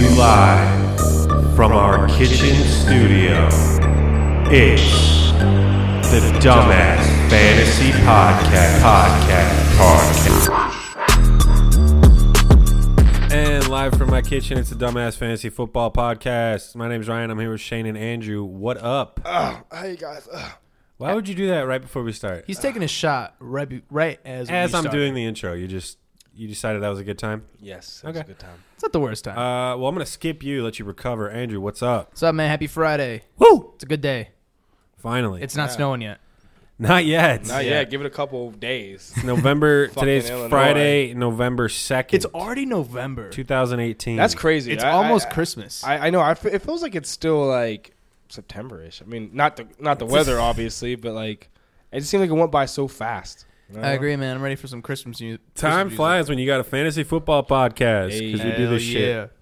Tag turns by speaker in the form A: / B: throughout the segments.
A: Live from our kitchen studio, it's the Dumbass Fantasy Podcast. Podcast. Podcast. And live from my kitchen, it's the Dumbass Fantasy Football Podcast. My name's Ryan. I'm here with Shane and Andrew. What up?
B: Hey guys, Ugh.
A: Why would you do that right before we start?
C: He's taking a shot right, be- right as we
A: As I'm
C: start.
A: doing the intro, you just you decided that was a good time.
B: yes, that was
A: Okay.
B: a good time.
C: It's not the worst time.
A: Uh, well, I'm gonna skip you, let you recover. Andrew, what's up?
C: What's up, man? Happy Friday.
A: Woo!
C: It's a good day.
A: Finally,
C: It's not snowing yet.
A: not yet.
B: Not yet. Give it a couple days.
A: November today's
B: Illinois.
A: Friday, November second.
C: It's already November.
A: 2018.
B: That's crazy.
C: It's
B: I-
C: almost
B: I-
C: Christmas.
B: I, I know. I f- it feels like it's still like September-ish. I mean, not the not the weather, obviously, but like it just seemed like it went by so fast. you know?
C: I agree, man. I'm ready for some Christmas music.
A: time flies when you got a fantasy football podcast
B: Hey.
A: because we do this shit.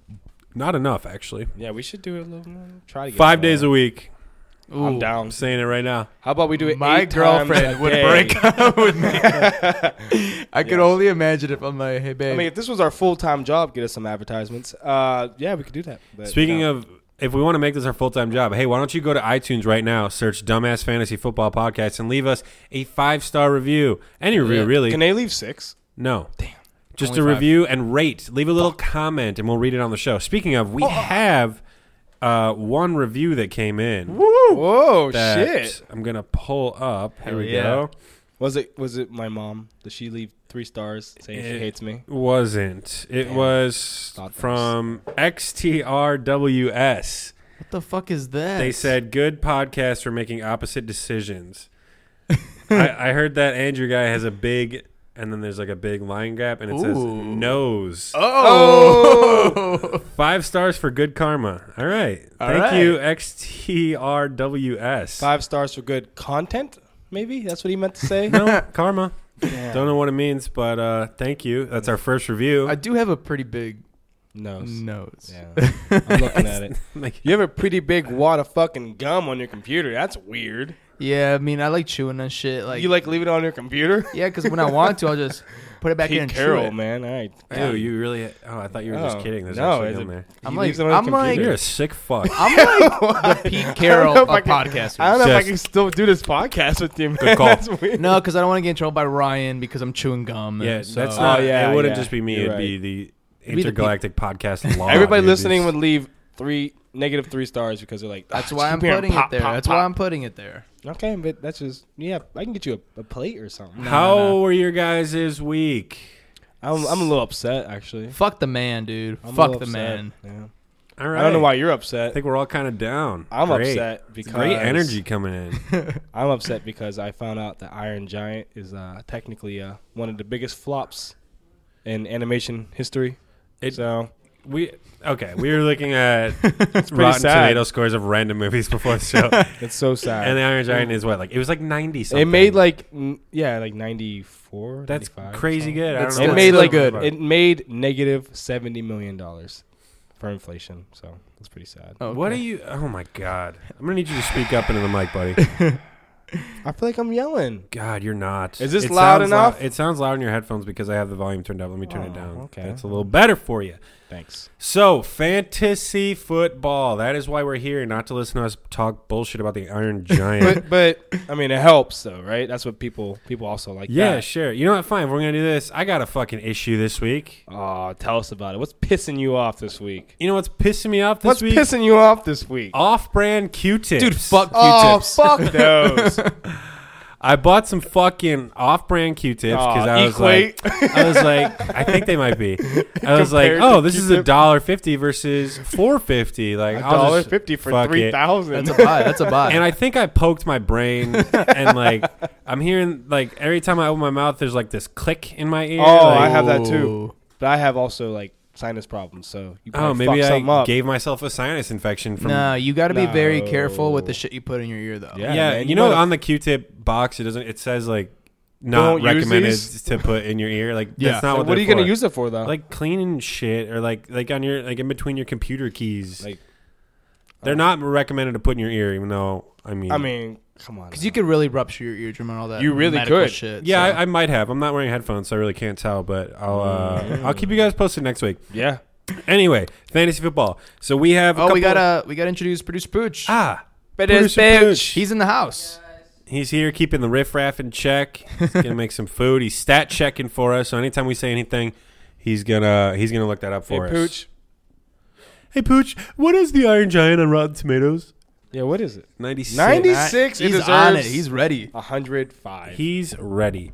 A: Not enough, actually.
B: Yeah, we should do it a little more. Try to get
A: Five
B: more.
A: days a week.
B: I'm down.
A: I'm saying it right now.
B: How about we do it?
C: My
B: eight times
C: girlfriend
B: a
C: would
B: day?
C: break up with me. I could
B: Yes.
C: only imagine if I'm like, hey,
B: I
C: babe.
B: mean, if this was our full-time job, get us some advertisements. Uh, yeah, we could do that. But,
A: Speaking
B: no.
A: of, if we want to make this our full time job, hey, why don't you go to iTunes right now, search "Dumbass Fantasy Football Podcast" and leave us a five star review. Any review,
C: Yeah.
A: really?
B: can they leave six?
A: no. Damn. Just
C: Only
A: a
C: five.
A: review and rate. Leave a little comment, and we'll read it on the show. Speaking of, we have uh, one review that came in.
B: Whoa,
A: that
B: shit!
A: I'm gonna pull up. Here
C: Hell
A: we
C: yeah.
A: go.
B: Was it was it my mom? Did she leave three stars saying
A: It-
B: she hates me?
A: Wasn't it was
B: Thought that
A: from XTRWS?
C: What the fuck is that?
A: They said good podcast for making opposite decisions. I, I heard that Andrew guy has a big, and then there's like a big line gap, and it says
C: Ooh.
A: nose.
C: Oh.
A: Five stars for good karma. All right,
C: All
A: thank
C: right.
A: you XTRWS.
B: Five stars for good content, maybe? That's what he meant to say?
A: No karma.
B: Damn.
A: Don't know what it means, but uh, thank you. That's our first review.
C: I do have a pretty big
B: Nose.
C: nose.
B: Yeah. I'm looking at it.
A: Like-
B: You have a pretty big wad of fucking gum on your computer. That's weird.
C: Yeah, I mean, I like chewing and shit. Like,
B: you like leave it on your computer?
C: yeah, because when I want to, I'll just put it back in
B: Pete
C: and chew
B: Carroll,
C: it.
B: man. All right.
A: Ew, you really? Oh, I thought you were just
B: Oh,
A: kidding. There's
B: no,
A: actually
B: is
A: in
B: it-
A: there.
C: I'm
B: He
C: like-
B: leaves it on
C: I'm
B: his computer.
A: You're a sick fuck.
C: I'm like the Pete Carroll
B: know
C: of
B: if I can-
C: podcasters.
B: I don't know if I
A: Just-
B: can still do this podcast with you, man.
A: Good call.
B: That's weird.
C: No, because I don't want to get in trouble by Ryan because I'm chewing gum. and
A: yeah,
C: so-
A: that's not.
B: Oh, yeah,
A: it wouldn't
B: yeah.
A: just be me.
B: You're
A: it'd be the
C: It'd be the
A: intergalactic podcast law.
B: Everybody
A: dude.
B: listening
A: It's-
B: would leave three negative three stars because they're like,
C: That's
B: "Ah,
C: why
B: just
C: I'm
B: keep hearing
C: putting
B: pop,
C: it there.
B: pop,
C: that's why
B: pop."
C: I'm putting it there.
B: Okay, but that's just yeah. I can get you a, a plate or something.
A: How
C: no, no.
A: were your guys this week?
B: I'm, I'm a little upset actually.
C: Fuck the man, dude.
B: I'm a
C: Fuck
B: little
C: the
B: upset.
C: man.
B: Yeah.
A: All right.
B: I don't know why you're
A: I
B: upset.
A: think we're all kind of down.
B: I'm
A: Great.
B: upset because
A: Great energy coming in.
B: I'm upset because I found out that Iron Giant is uh, technically uh, one of the biggest flops in animation history.
A: It-
B: so
A: we okay. We were looking at
B: pretty
A: Rotten
B: sad.
A: Tomato scores of random movies before the show,
B: it's so sad.
A: and the Iron Giant is what like it was like ninety something.
B: it made like n- yeah, like 94.
A: that's
B: 95 or
A: crazy
B: something.
A: good. I
C: That's
A: don't know what
B: It made
A: it's
B: like
A: about.
B: good. It made negative 70 million dollars for inflation. So that's pretty sad.
C: Oh,
A: What are
C: okay.
A: you? Oh my god! I'm gonna need you to speak up into the mic, buddy.
B: I feel like I'm yelling.
A: God, you're not.
B: Is this loud
A: sounds
B: enough?
A: lou- it sounds loud in your headphones because I have the volume turned up. Let me turn it
B: Oh,
A: down.
B: okay.
A: That's a little better for you.
B: Thanks.
A: So, fantasy football. That is why we're here, not to listen to us talk bullshit about the Iron Giant.
B: but but I mean it helps though, right? That's what people people also like.
A: yeah,
B: that.
A: sure. You know what? Fine. If we're going to do this, I got a fucking issue this week.
B: Oh, tell us about it. What's pissing you off this week?
A: You know what's pissing me off this
B: What's
A: week?
B: pissing you off this week?
A: Off brand Q tips.
C: dude? Fuck
B: Oh,
C: Q-tips.
B: fuck those.
A: I bought some fucking off-brand Q-tips because I was
B: Equate.
A: like, I was like, I think they might be. I was like,
B: Compared to
A: oh, this is a
B: Q-tip.
A: dollar fifty versus four fifty. Like I'll
B: dollar
A: just
B: fifty for
A: fuck it.
B: three thousand.
C: That's a buy. That's a buy.
A: And I think I poked my brain, and like I'm hearing like every time I open my mouth, there's like this click in my ear.
B: Oh, I
A: like,
B: have that too.
C: Ooh.
B: But I have also like sinus problems, so you
A: oh,
B: probably
A: maybe
B: fuck something
A: I
B: up.
A: gave myself a sinus infection from.
C: no, you got to be very
B: No.
C: careful with the shit you put in your ear, though.
B: Yeah.
A: yeah,
B: man,
A: you,
B: you
A: know,
B: gotta-
A: on the Q-tip box, it doesn't. It says like not
B: Don't use
A: recommended
B: these?
A: to put in your ear. Like
C: Yeah.
A: that's not
B: Like,
A: what.
B: what are
A: they're
B: you gonna
A: for.
B: use it for though?
A: like cleaning shit or like like on your like in between your computer keys.
B: Like-
A: they're not recommended to put in your ear, even though I mean,
B: I mean, come on.
C: because you could really rupture your eardrum and all that.
B: You really
C: medical
B: could.
C: Shit,
A: yeah,
C: so.
A: I, I might have. I'm not wearing headphones, so I really can't tell. But I'll uh, I'll keep you guys posted next week.
B: yeah.
A: Anyway, fantasy football. So we have. a
C: Oh, we
A: couple-
C: gotta we gotta introduce producer Pooch.
A: ah.
B: But it's
A: Producer
B: bitch.
A: Pooch.
C: He's in the house.
A: He's here keeping the riffraff in check. He's gonna make some food. He's stat checking for us. So anytime we say anything, he's gonna he's gonna look that up
B: Hey,
A: for us.
B: Pooch.
A: Hey Pooch, what is the Iron Giant on Rotten Tomatoes?
B: Yeah, what is it?
A: Ninety six.
B: 90? 96, it
C: He's on it.
B: deserves-
C: He's ready.
B: 105.
A: He's ready.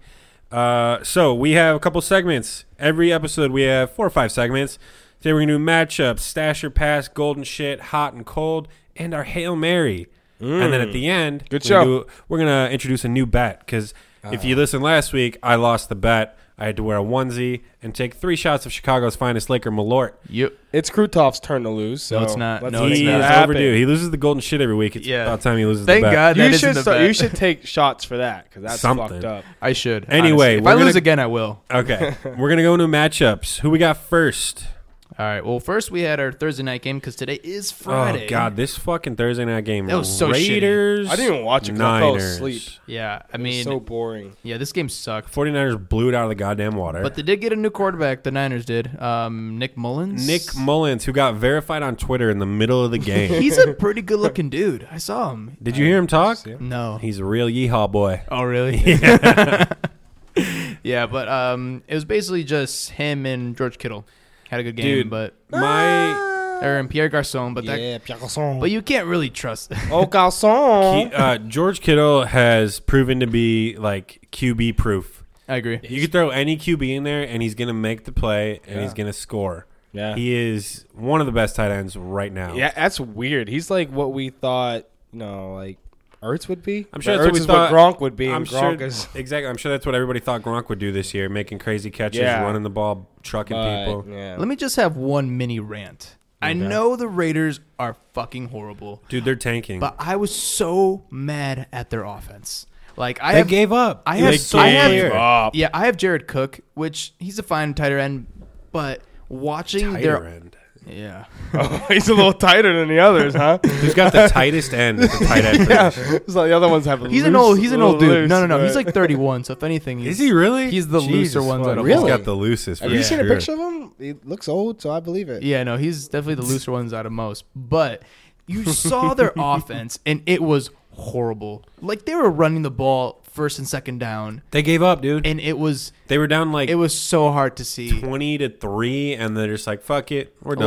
A: Uh, so we have a couple segments. Every episode we have four or five segments. Today we're gonna do matchups, stash or pass, golden shit, hot and cold, and our hail mary. And
C: Mm.
A: then at the end,
B: Good
A: we're gonna
B: show.
A: do- we're gonna introduce a new bet because if
C: Ah.
A: you listen last week, I lost the bet. I had to wear a onesie and take three shots of Chicago's finest liquor, Malort.
C: Yep.
B: it's Krutov's turn to lose. So
C: No, it's not.
B: let's
C: No,
B: make
C: it's
A: he
B: that
A: is
B: happen.
A: overdue. He loses the golden shit every week. It's
C: Yeah.
A: about time he loses
C: Thank
A: the bet.
C: God that
B: You
C: is in
B: should,
C: the
B: start,
C: bet.
B: you should take shots for that because that's
A: Something.
B: fucked up.
C: I should.
A: Anyway,
C: honestly. if
A: we're
C: I lose
A: gonna-
C: again, I will.
A: Okay, we're gonna go into matchups. Who we got first?
C: All right. Well, first we had our Thursday night game because today is Friday.
A: Oh God, this fucking Thursday night game.
C: That was so shitty.
A: Raiders.
B: I didn't even watch it 'cause I fell asleep.
C: Yeah. I
B: I
C: mean,
B: so boring.
C: yeah, this game sucked.
A: 49ers blew it out of the goddamn water.
C: But they did get a new quarterback. The Niners did. Um, Nick Mullins.
A: Nick Mullins, who got verified on Twitter in the middle of the game.
C: He's a pretty good-looking dude. I saw him.
A: Did you hear him talk?
B: Yeah.
C: No.
A: He's a real yeehaw boy.
C: Oh, really? yeah, but um, it was basically just him and George Kittle had a good game,
A: Dude.
C: but
A: My
C: or and Pierre Garcon, but that,
B: yeah, Pierre Garçon.
C: but you can't really trust.
B: oh,
A: he,
B: Garçon.
A: uh, George Kittle has proven to be like QB proof.
C: I agree.
A: You could throw any QB in there, and he's gonna make the play, and
B: Yeah.
A: he's gonna score.
B: yeah.
A: He is one of the best tight ends right now.
B: yeah, that's weird. He's like what we thought, you know, like Ertz would be.
A: I'm sure that's
B: But
A: what
B: Ertz
A: we
B: is
A: thought.
B: what Gronk would be.
A: I'm
B: and Gronk
A: sure,
B: is
A: exactly. I'm sure that's what everybody thought Gronk would do this year, making crazy catches,
B: Yeah.
A: running the ball, trucking
B: but,
A: people.
B: Yeah.
C: Let me just have one mini rant. I
B: Okay.
C: know the Raiders are fucking horrible,
A: Dude, they're tanking.
C: but I was so mad at their offense. Like I
A: they
C: have,
A: gave up.
C: I
A: They
C: have, so, I
A: gave
C: have-
A: up.
B: up.
C: yeah, I have Jared Cook, which he's a fine tighter end, but watching
A: Tighter
C: their
A: end.
C: yeah,
B: Oh, he's a little tighter than the others, huh?
A: Who's got the tightest end? At the tight end. position?
B: It's like the other ones have.
C: he's an
B: loose-
C: old he's an old
B: little
C: dude.
B: loose,
C: no, no, no,
B: but-
C: he's like 31. So if anything, he's,
A: Is he really?
C: He's the looser ones
A: fuck.
C: out of
A: He's
B: all.
A: got the loosest.
B: Have
A: for
B: you seen a
A: sure.
B: picture of him? He looks old, so I believe it.
C: Yeah, no, he's definitely the looser ones out of most. But you saw their offense, and it was horrible. Like they were running the ball first and second down,
A: They gave up, dude.
C: and it was
A: they were down like
C: it was so hard to see.
A: twenty to three, and they're just like, "Fuck it, we're done."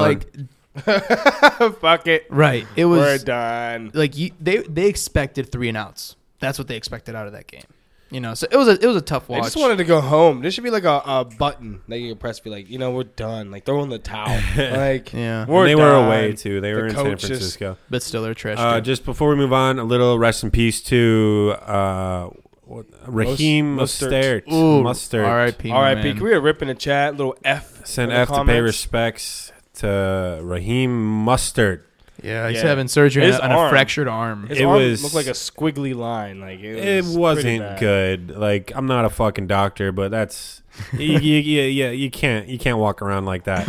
C: Like
B: Fuck it.
C: right, it
B: We're
C: was
B: done.
C: like you, they they expected three and outs. That's what they expected out of that game. You know, so it was a it was a tough
B: I
C: watch.
B: just wanted to go home. There should be like a, a button that you can press, be like, you know, we're done. Like throw in the towel. like
C: Yeah.
A: And
B: we're
A: they were
B: done.
A: away too. They
B: The
A: were in San
B: coach just-
A: Francisco.
C: but still, they're trash.
A: Uh,
C: dude.
A: just before we move on, a little rest in peace to uh, what- Raheem
B: Mus-
A: Mustard.
B: Mustard.
C: Ooh,
A: Mustard.
C: R.I.P. my
B: All right, P.
C: man.
B: Can we rip in the chat? Little F.
A: Send
B: in the
A: F to pay
B: comments.
A: respects to Raheem Mustard.
C: Yeah, he's
B: Yeah.
C: having surgery
B: His
C: on a, on a
B: arm.
C: fractured arm.
B: His
A: It
B: arm
A: was-
B: looked like a squiggly line. Like it
A: It
B: was pretty
A: wasn't
B: bad.
A: good. Like I'm not a fucking doctor, but that's you, you, you, yeah, you can't you can't walk around like that.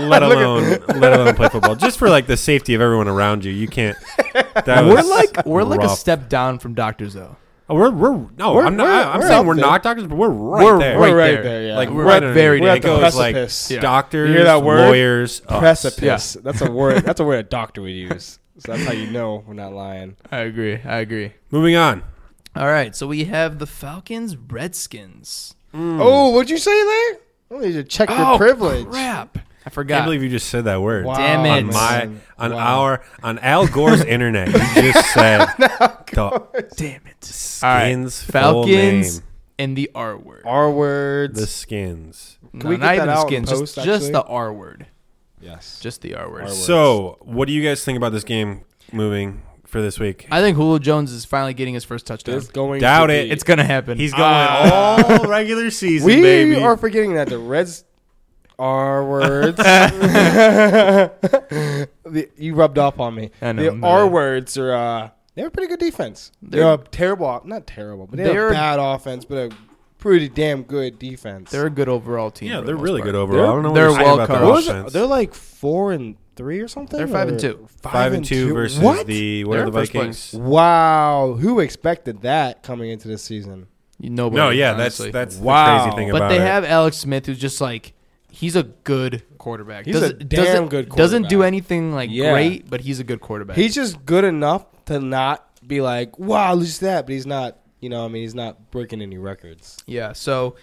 A: let alone let alone play football. Just for like the safety of everyone around you, you can't. That
C: we're
A: was
C: like we're like a
A: rough.
C: step down from doctors though.
A: Oh, we're we're no,
B: We're-
A: I'm not.
B: we're-
A: I- I'm
B: we're
A: saying
B: up
A: we're
B: there.
A: not doctors, but we're right
C: We're
A: there.
B: We're right,
C: Right
B: there.
C: there.
B: yeah.
A: Like we're,
C: we're at
A: right
C: very
A: very.
C: near
A: It
C: the
A: goes
B: precipice.
A: like
B: Yeah.
A: doctors,
B: You hear that word?
A: lawyers, Oh, us.
B: precipice. That's a word. That's a word a doctor would use. So that's how you know we're not lying.
C: I agree. I agree.
A: Moving on.
C: All right, so we have the Falcons Redskins.
A: Hmm.
B: Oh, what'd you say there? Oh, you should check your privilege.
C: Oh, crap! I
A: Can't
C: forgot.
A: believe you just said that word.
B: Wow,
C: Damn it.
A: On
C: It's-
A: my on
B: wow.
A: our on Al Gore's internet, you just said the
C: Damn it!
A: skins full name.
C: Falcons and the R word.
B: R words.
A: The skins.
C: No,
B: we get
C: not
B: that
C: even the
B: out in
C: skins.
B: post,
C: just, just
B: actually?
C: the R word.
B: yes.
C: Just the R word.
B: R word.
A: So, what do you guys think about this game moving for this week?
C: I think Julio Jones is finally getting his first touchdown.
B: There's going
A: Doubt
B: to
A: it.
B: be-
C: it's gonna happen.
A: He's going
B: Ah.
A: all regular season,
B: we
A: baby.
B: are forgetting that the Reds are words. The- you rubbed off on me.
C: I know,
B: the
C: I'm
B: R
C: bad.
B: words are. Uh, they have a pretty good defense. They're,
C: They're-
B: a terrible, off- not terrible, but they have
C: They're-
B: a bad offense, but a pretty damn good defense.
C: They're a good overall team.
A: yeah,
C: for the
A: they're
C: most
A: really
C: part.
A: good overall. I don't know what
C: They're
A: to say
C: wild
A: about
C: card.
A: their
B: What was it?
A: offense.
B: They're like four and three or something.
C: They're five and
B: or-
C: two.
A: five, and two, versus
B: What?
A: the what
C: They're
A: are the
C: in first
A: Vikings?
B: Wow, who expected that coming into this season?
C: You- Nobody.
A: No, yeah,
C: honestly.
A: that's that's the
B: Wow.
A: crazy thing
C: But
A: about
C: they
A: it.
C: have Alex Smith, who's just like he's a good quarterback.
B: He's a
C: Doesn't-
B: damn
C: doesn't-
B: good
C: Doesn't do
B: quarterback.
C: anything like
B: Yeah.
C: great, but he's a good quarterback.
B: He's just good enough to not be like, wow, look at that. But he's not, you know, I mean, he's not breaking any records.
C: yeah. So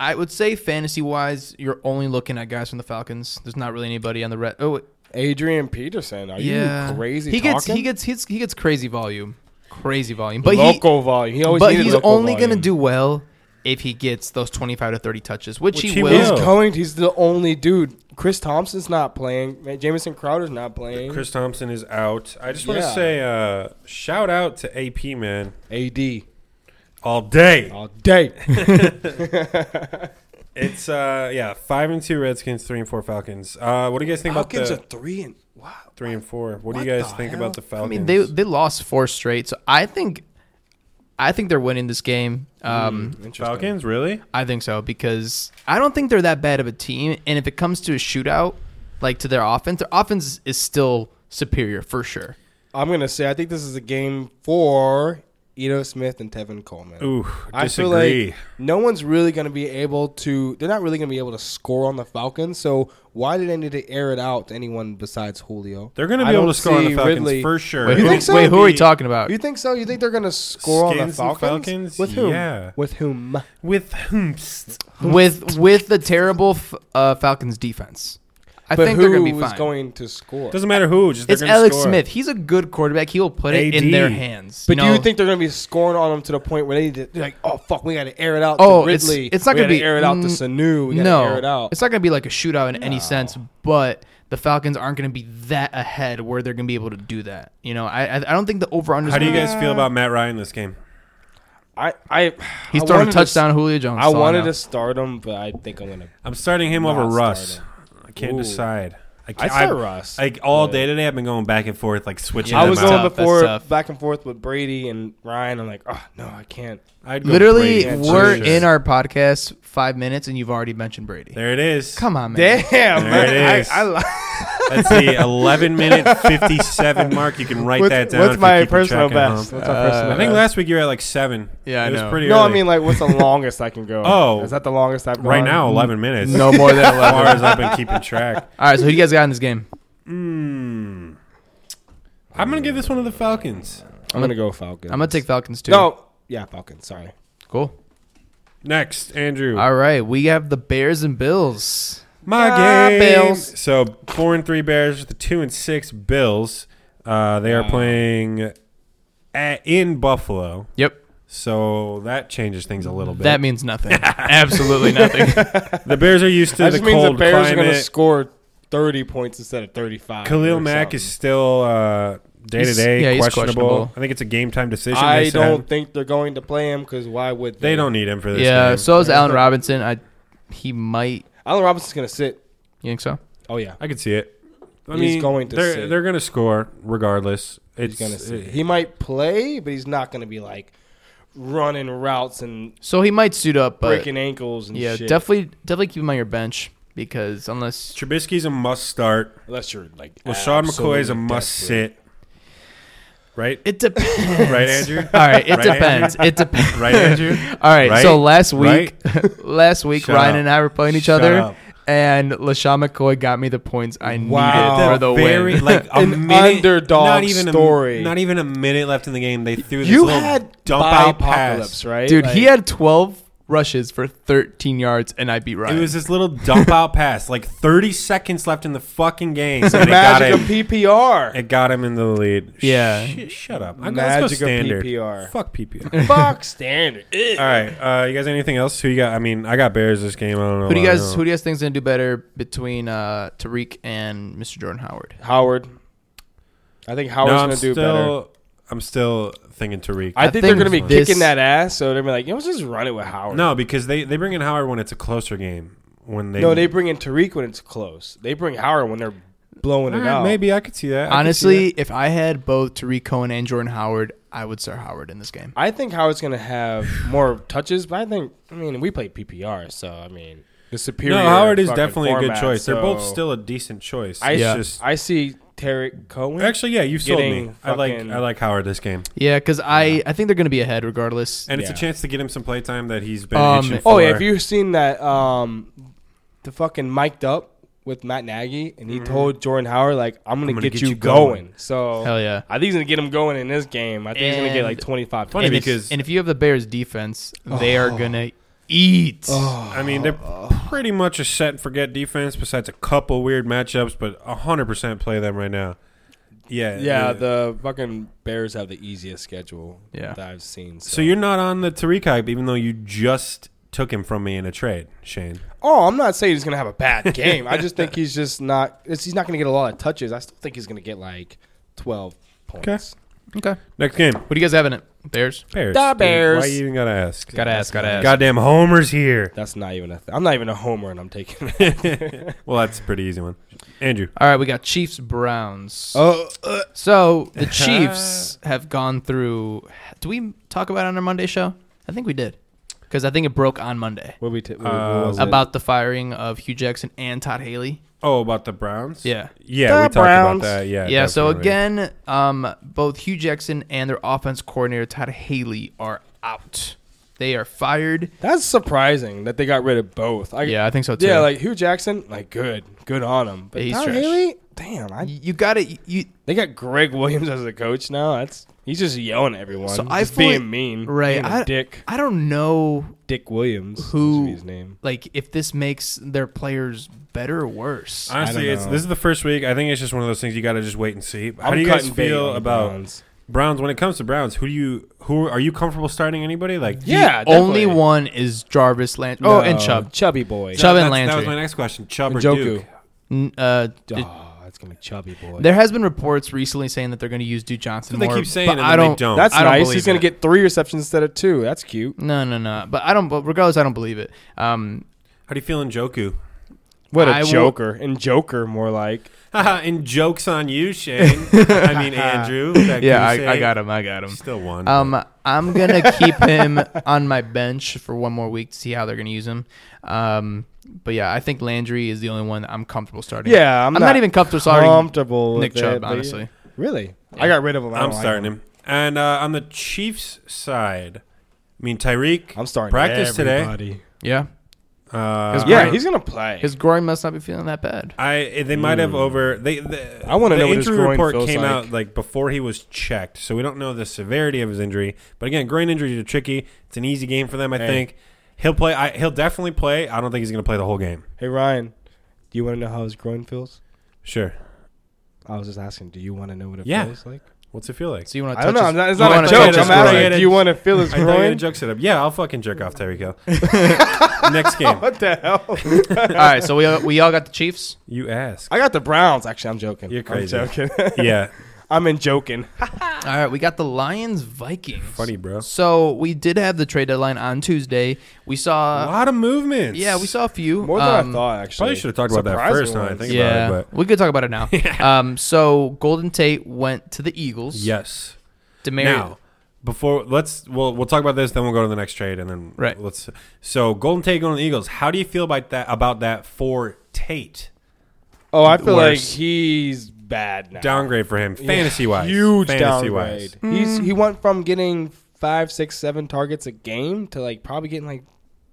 C: I would say fantasy wise, you're only looking at guys from the Falcons. There's not really anybody on the red. Oh, wait,
B: Adrian Peterson, are
C: yeah,
B: you crazy?
C: He gets
B: talking?
C: he gets hits, he gets crazy volume, crazy volume. But he,
B: local volume. He always
C: but
B: needed
C: he's
B: local
C: only
B: volume.
C: going to do well if he gets those 25 to 30 touches, which,
A: Which
C: he,
A: he
C: will.
B: He's
A: will. Oh.
B: going. He's the only dude. Chris Thompson's not playing. Man, Jamison Crowder's not playing.
A: Chris Thompson is out. I just want to
B: Yeah.
A: say uh, shout out to AP man
B: AD
A: all day.
B: all day.
A: It's uh yeah five and two Redskins, three and four Falcons. Uh, what do you guys think
B: Falcons
A: about
B: are
A: the
B: three and wow.
A: three and four? What, do you
B: What
A: guys
B: the
A: think
B: hell?
A: about the
C: I
A: Falcons?
C: mean, they they lost four straight, so I think I think they're winning this game. Um,
B: Interesting.
A: Falcons really?
C: I think so because I don't think they're that bad of a team, and if it comes to a shootout, like to their offense, their offense is still superior for sure.
B: I'm gonna say I think this is a game for Edo Smith and Tevin Coleman.
A: Ooh,
B: I feel
A: disagree.
B: like no one's really going to be able to. They're not really going to be able to score on the Falcons. So why did they need to air it out to anyone besides Julio?
A: They're going to
B: I
A: be able
B: don't
A: to score on the
B: see
A: Falcons
B: Ridley-
A: for sure.
C: Wait,
B: You
C: who,
B: think so?
C: wait, who are we talking about?
B: You think so? You think they're going to score on the
A: Skins and
B: Falcons?
A: Falcons?
B: With whom?
A: Yeah.
B: With whom?
A: with Humps.
C: with with the terrible f- uh, Falcons defense, I
B: but
C: think
B: who
C: they're going to be
B: is
C: fine.
B: going to score?
A: Doesn't matter who. Just they're
C: it's
A: gonna
C: Alex
A: score.
C: Smith. He's a good quarterback. He will put it
A: AD.
C: in their hands.
B: but do
C: know?
B: you think they're going to be scoring on them to the point where they need to- they're like, oh fuck, we got to air it out
C: Oh,
B: to
C: it's-
B: Ridley.
C: it's not
B: We
C: gonna
B: gotta
C: be-
B: air it out to
C: mm,
B: Sanu. We got to
C: no,
B: air it out.
C: it's not going to be like a shootout in any sense. But the Falcons aren't going to be that ahead where they're going to be able to do that. You know, I I, I don't think the over under.
A: How do you guys feel about Matt Ryan this game?
B: I, I,
C: He's
B: I
C: throwing
B: wanted
C: a
B: to-
C: touchdown. Julio Jones.
B: I
C: saw
B: wanted
C: now.
B: to start him, but I think I'm going to.
A: I'm starting him
B: Not
A: over Russ.
B: starting.
A: I can't
B: Ooh.
A: decide. I
B: I
A: can't,
B: start
A: I've-
B: Russ.
A: Like all
B: but-
A: day today, I've been going back and forth, like switching.
B: I
A: them
B: was
A: out.
B: going
C: tough. That's
B: before
C: tough.
B: back and forth with Brady and Ryan. I'm like, oh no, I can't.
A: I'd go
C: Literally,
A: Brady.
C: we're
A: Sure.
C: in our podcast five minutes, and you've already mentioned Brady.
A: There it is.
C: Come on, man.
B: Damn,
A: There
B: man,
A: it is.
B: I, I like
A: That's the 11 minute 57 mark. You can write
B: what's,
A: that down.
B: what's
A: if you
B: my
A: keep a
B: personal
A: track at home. Uh,
B: best? What's my personal
A: I think
B: best?
A: last week you were at like seven.
C: Yeah, I
A: it was
C: know.
A: pretty.
B: No, I
A: early.
B: mean like uh, what's the longest I can go?
A: Oh.
B: is that the longest I've gone?
A: right now, 11 minutes.
C: No more than
A: as far
C: eleven.
A: as I've been keeping track.
C: All right, so who do you guys got in this game?
A: Hmm. I'm gonna give this one to the Falcons.
B: I'm gonna go Falcons.
C: I'm gonna take Falcons too.
B: no. Yeah, Falcons. Sorry.
C: cool.
A: Next, Andrew.
C: All right, we have the Bears and Bills.
A: My
B: Ah,
A: game.
B: Bills.
A: So four and three Bears with the two and six Bills. Uh, they are
B: Wow.
A: playing at, in Buffalo,
C: Yep,
A: so that changes things a little bit.
C: that means nothing. Absolutely nothing.
A: the Bears are used to
B: That
A: the
B: just means the
A: cold
B: Bears are gonna
A: climate.
B: score 30 points instead of 35.
A: Khalil
B: or
A: Mack
B: something.
A: is still uh, day to
C: He's- yeah,
A: day
C: he's
A: questionable.
C: questionable.
A: I think it's a game time decision.
B: I
A: they said.
B: don't think they're going to play him because why would they?
A: They don't need him for this.
C: yeah,
A: game.
C: so is Allen Robinson. I he might.
B: Allen Robinson's gonna sit.
C: You think so?
B: Oh yeah,
A: I could see it. I
B: He's
A: mean,
B: going to
A: they're
B: sit.
A: they're going to score regardless. It's
B: he's gonna sit. uh, He might play, but he's not gonna be like running routes and
C: So he might suit up, but
B: breaking ankles and
C: yeah,
B: shit.
C: definitely, definitely keep him on your bench because unless
A: Trubisky's a must start.
B: Unless you're like
A: LaShawn McCoy is
B: absolutely
A: a must
B: desperate.
A: sit. Right?
C: it depends.
A: Right, Andrew?
C: All right, it
A: Right,
C: depends. It depends.
A: Right, Andrew?
C: All right,
A: Right?
C: so last week, last week
A: Shut
C: Ryan
A: up.
C: and I were playing each
A: Shut
C: other,
A: up.
C: and LaShawn McCoy got me the points I
B: Wow.
C: needed for
B: At
C: the
A: Um, very,
C: win.
A: like a
B: An
A: minute,
B: underdog
A: not even A,
B: story.
A: not even a minute left in the game. They threw this
B: You
A: little
B: had
A: dump
B: dump
A: out
B: apocalypse,
A: pass.
B: right?
C: Dude, he
B: Like,
C: had 12 rushes for 13 yards, and I beat Ryan.
A: It was this little dump out pass. Like 30 seconds left in the fucking game. and it got
B: magic of
A: him.
B: PPR.
A: It got him in the lead.
C: Yeah.
A: Sh- shut up. I,
B: Magic
A: let's
B: of
A: go standard.
B: PPR.
A: Fuck PPR.
B: Fuck standard. Ugh.
A: All right, uh, you guys. Anything else? Who you got? I mean, I got Bears this game. I don't know.
C: Who do you
A: I
C: guys
A: don't-
C: Who do you guys think's gonna do better between uh, Tariq and Mr. Jordan Howard?
B: Howard. I think
A: No,
B: Howard's
A: I'm
B: gonna do better.
A: still, I'm still thinking Tariq.
B: I,
C: I
B: think they're
C: think
B: gonna be
C: this-
B: kicking that ass, so they're gonna be like, you know, let's just run it with Howard.
A: no, because they they bring in Howard when it's a closer game. When they
B: no, they bring in Tariq when it's close. They bring Howard when they're blowing
A: All
B: it
A: right,
B: out.
A: Mm-hmm. maybe I could see that. I could see
C: Honestly, if I had both Tariq Cohen and Jordan Howard, I would start Howard in this game.
B: I think Howard's gonna have more touches, but I think I mean we play PPR, so I mean the
A: that.
B: superior.
A: no, Howard is
B: fucking
A: definitely a good
B: format,
A: choice. They're both
B: so
A: still a decent choice.
B: I
A: It's
C: Yeah.
A: just
B: I see Tarek Cohen.
A: actually, yeah, you've sold me.
B: Getting
A: I like
B: fucking-
A: I like Howard this game,
C: Yeah, because I, I think they're gonna be ahead regardless.
A: and it's a
B: Yeah.
A: chance to get him some play time that he's been
C: Um,
A: itching for.
B: oh, yeah, have you seen that um, the fucking mic'd up with Matt Nagy, and he told Jordan Howard like, "I'm gonna,
A: Mm-hmm. gonna
B: get, you going.
A: going."
B: So
C: Hell yeah.
B: I think he's gonna get him going in this game. I think he's gonna get like
C: And-
B: 25.
A: Funny
C: and
A: because- Oh.
C: if, and if you have the Bears defense, they are gonna Oh. eat.
A: I mean, they're pretty much a set and forget defense, besides a couple weird matchups, but hundred percent play them right now. Yeah,
B: yeah, the fucking Bears have the easiest schedule
C: Yeah.
B: that I've seen. So.
A: so you're not on the Tariq hype, even though you just took him from me in a trade, Shane.
B: oh, I'm not saying he's gonna have a bad game. I just think he's just not. It's, he's not gonna get a lot of touches. I still think he's gonna get like 12 points.
C: Okay.
A: Next game,
C: What do you guys have in it? Bears.
A: Bears.
B: Da
A: Dude,
B: Bears.
A: Why you even gotta ask?
C: Gotta ask. Gotta ask.
A: Goddamn homers here.
B: That's not even a. Th- I'm not even a homer, and I'm taking. Uh, it.
A: Well, that's a pretty easy one. Andrew,
C: All right, we got Chiefs Browns.
B: oh, uh,
C: So the Chiefs have gone through. Do we talk about it on our Monday show? I think we did, because I think it broke on Monday
B: what we t- what,
A: Uh,
B: was it?
C: about the firing of Hugh Jackson and Todd Haley.
A: oh, about the Browns.
C: Yeah.
A: yeah, we
B: The
A: talked about
B: Browns.
A: that. Yeah,
C: yeah. So
A: definitely.
C: again, um, both Hugh Jackson and their offense coordinator Todd Haley are out. They are fired.
B: That's surprising that they got rid of both. I,
C: Yeah, I think so too.
B: yeah, like Hugh Jackson, like good, good on him. But
C: He's
B: Todd
C: trash.
B: Haley, damn, I,
C: you got to You
B: they got Greg Williams as a coach now. That's he's just yelling at everyone.
C: So
B: just
C: I fully-
B: being mean,
C: right.
B: Being a
C: I,
B: Dick
C: I don't know.
B: Dick Williams.
C: Who-
B: should be his name?
C: Like if this makes their players better or worse.
A: Honestly,
B: I don't
A: it's
B: know.
A: this is the first week. I think it's just one of those things you got to just wait and see. How
B: I'm
A: do you guys
B: cutting bait on
A: feel
B: the
A: about
B: Browns.
A: Browns? When it comes to Browns, who do you who are you comfortable starting anybody? Like
B: Yeah,
C: Only
B: definitely.
C: one is Jarvis Land. Oh, and
B: No,
C: Chubb.
B: chubby boy.
C: Chubb
A: That's-
C: and
A: That was
C: Landry.
A: my next question. Chubb or
B: Njoku.
A: Duke?
C: N- Uh, d-
B: Oh, it's gonna be chubby boy.
C: there has been reports recently saying that they're going to use Duke Johnson.
A: So they
C: more,
A: keep saying
C: but
A: it, and
C: I
A: then
C: don't.
A: they don't.
B: That's
C: I don't
B: nice.
C: believe
B: He's gonna
C: it.
B: get three receptions instead of two. That's cute.
C: No, no, no. But I don't. But regardless, I don't believe it. Um,
A: How do you feel in Joku?
B: What a
C: I will-
B: joker and joker more like.
A: Haha, and jokes on you, Shane. I mean Andrew. that
C: yeah,
A: goose
C: I, I
A: egg.
C: got him. I got him.
A: Still one.
C: Um, I'm gonna keep him on my bench for one more week to see how they're gonna use him. Um, but yeah, I think Landry is the only one that I'm comfortable starting.
B: Yeah, I'm,
C: I'm, not, even comfortable starting
B: comfortable.
C: Nick
B: with it,
C: Chubb.
B: but-
C: Honestly,
B: Really? I got rid of him. Oh, I
A: I'm
B: don't like
A: starting him. And uh, on the Chiefs side, I mean Tyreek.
B: I'm starting
A: Practice today.
B: everybody.
C: yeah,
A: Uh,
B: Yeah,
C: Right.
B: he's gonna play.
C: his groin must not be feeling that bad.
A: I they might have over they. The,
B: I wanna
A: the
B: know what his
A: injury
B: groin
A: report
B: feels
A: came
B: like.
A: out like before he was checked, so we don't know the severity of his injury. But again, groin injuries are tricky. It's an easy game for them, I
B: Hey.
A: think. He'll play. I, he'll definitely play. I don't think he's going to play the whole game.
B: hey Ryan, do you want to know how his groin feels?
A: Sure.
B: I was just asking. Do you want to know what it
A: Yeah.
B: feels like?
A: What's it feel like?
C: So you want
B: I
C: to touch?
B: don't know.
C: his-
B: I'm not- it's
C: you
B: not
C: wanna
B: a
C: touch
B: joke.
A: his
B: I'm
A: groin.
B: asking. Do you want to feel his
A: I thought you had a
B: groin?
A: joke set up. Yeah, I'll fucking jerk off Tyreek Hill. Next game,
B: What the hell?
C: All right, so we all, we all got the Chiefs.
A: you ask.
B: I got the Browns. Actually, I'm joking.
A: You're crazy.
B: I'm joking.
A: Yeah,
B: I'm in joking.
C: All right, we got the Lions Vikings.
A: funny, bro.
C: So we did have the trade deadline on Tuesday. We
A: A
C: saw
A: lot of movements.
C: yeah, we saw a few.
B: More than I
C: Um,
B: thought. Actually,
A: Probably should have talked about that first.
B: Surprising
A: Now I
B: ones.
A: think
C: Yeah,
A: about it, but
C: we could talk about it now. um, so Golden Tate went to the Eagles.
A: yes.
C: Demary-
A: Now, before let's we'll we'll talk about this, then we'll go to the next trade, and then
C: Right.
A: Let's so Golden Tate going to the Eagles. How do you feel about that? About that for Tate
B: Oh, I feel like
C: Worse.
B: he's bad now.
A: downgrade for him, fantasy wise,
B: huge
A: fantasy
B: downgrade. Hmm. He's he went from getting five, six, seven targets a game to like probably getting like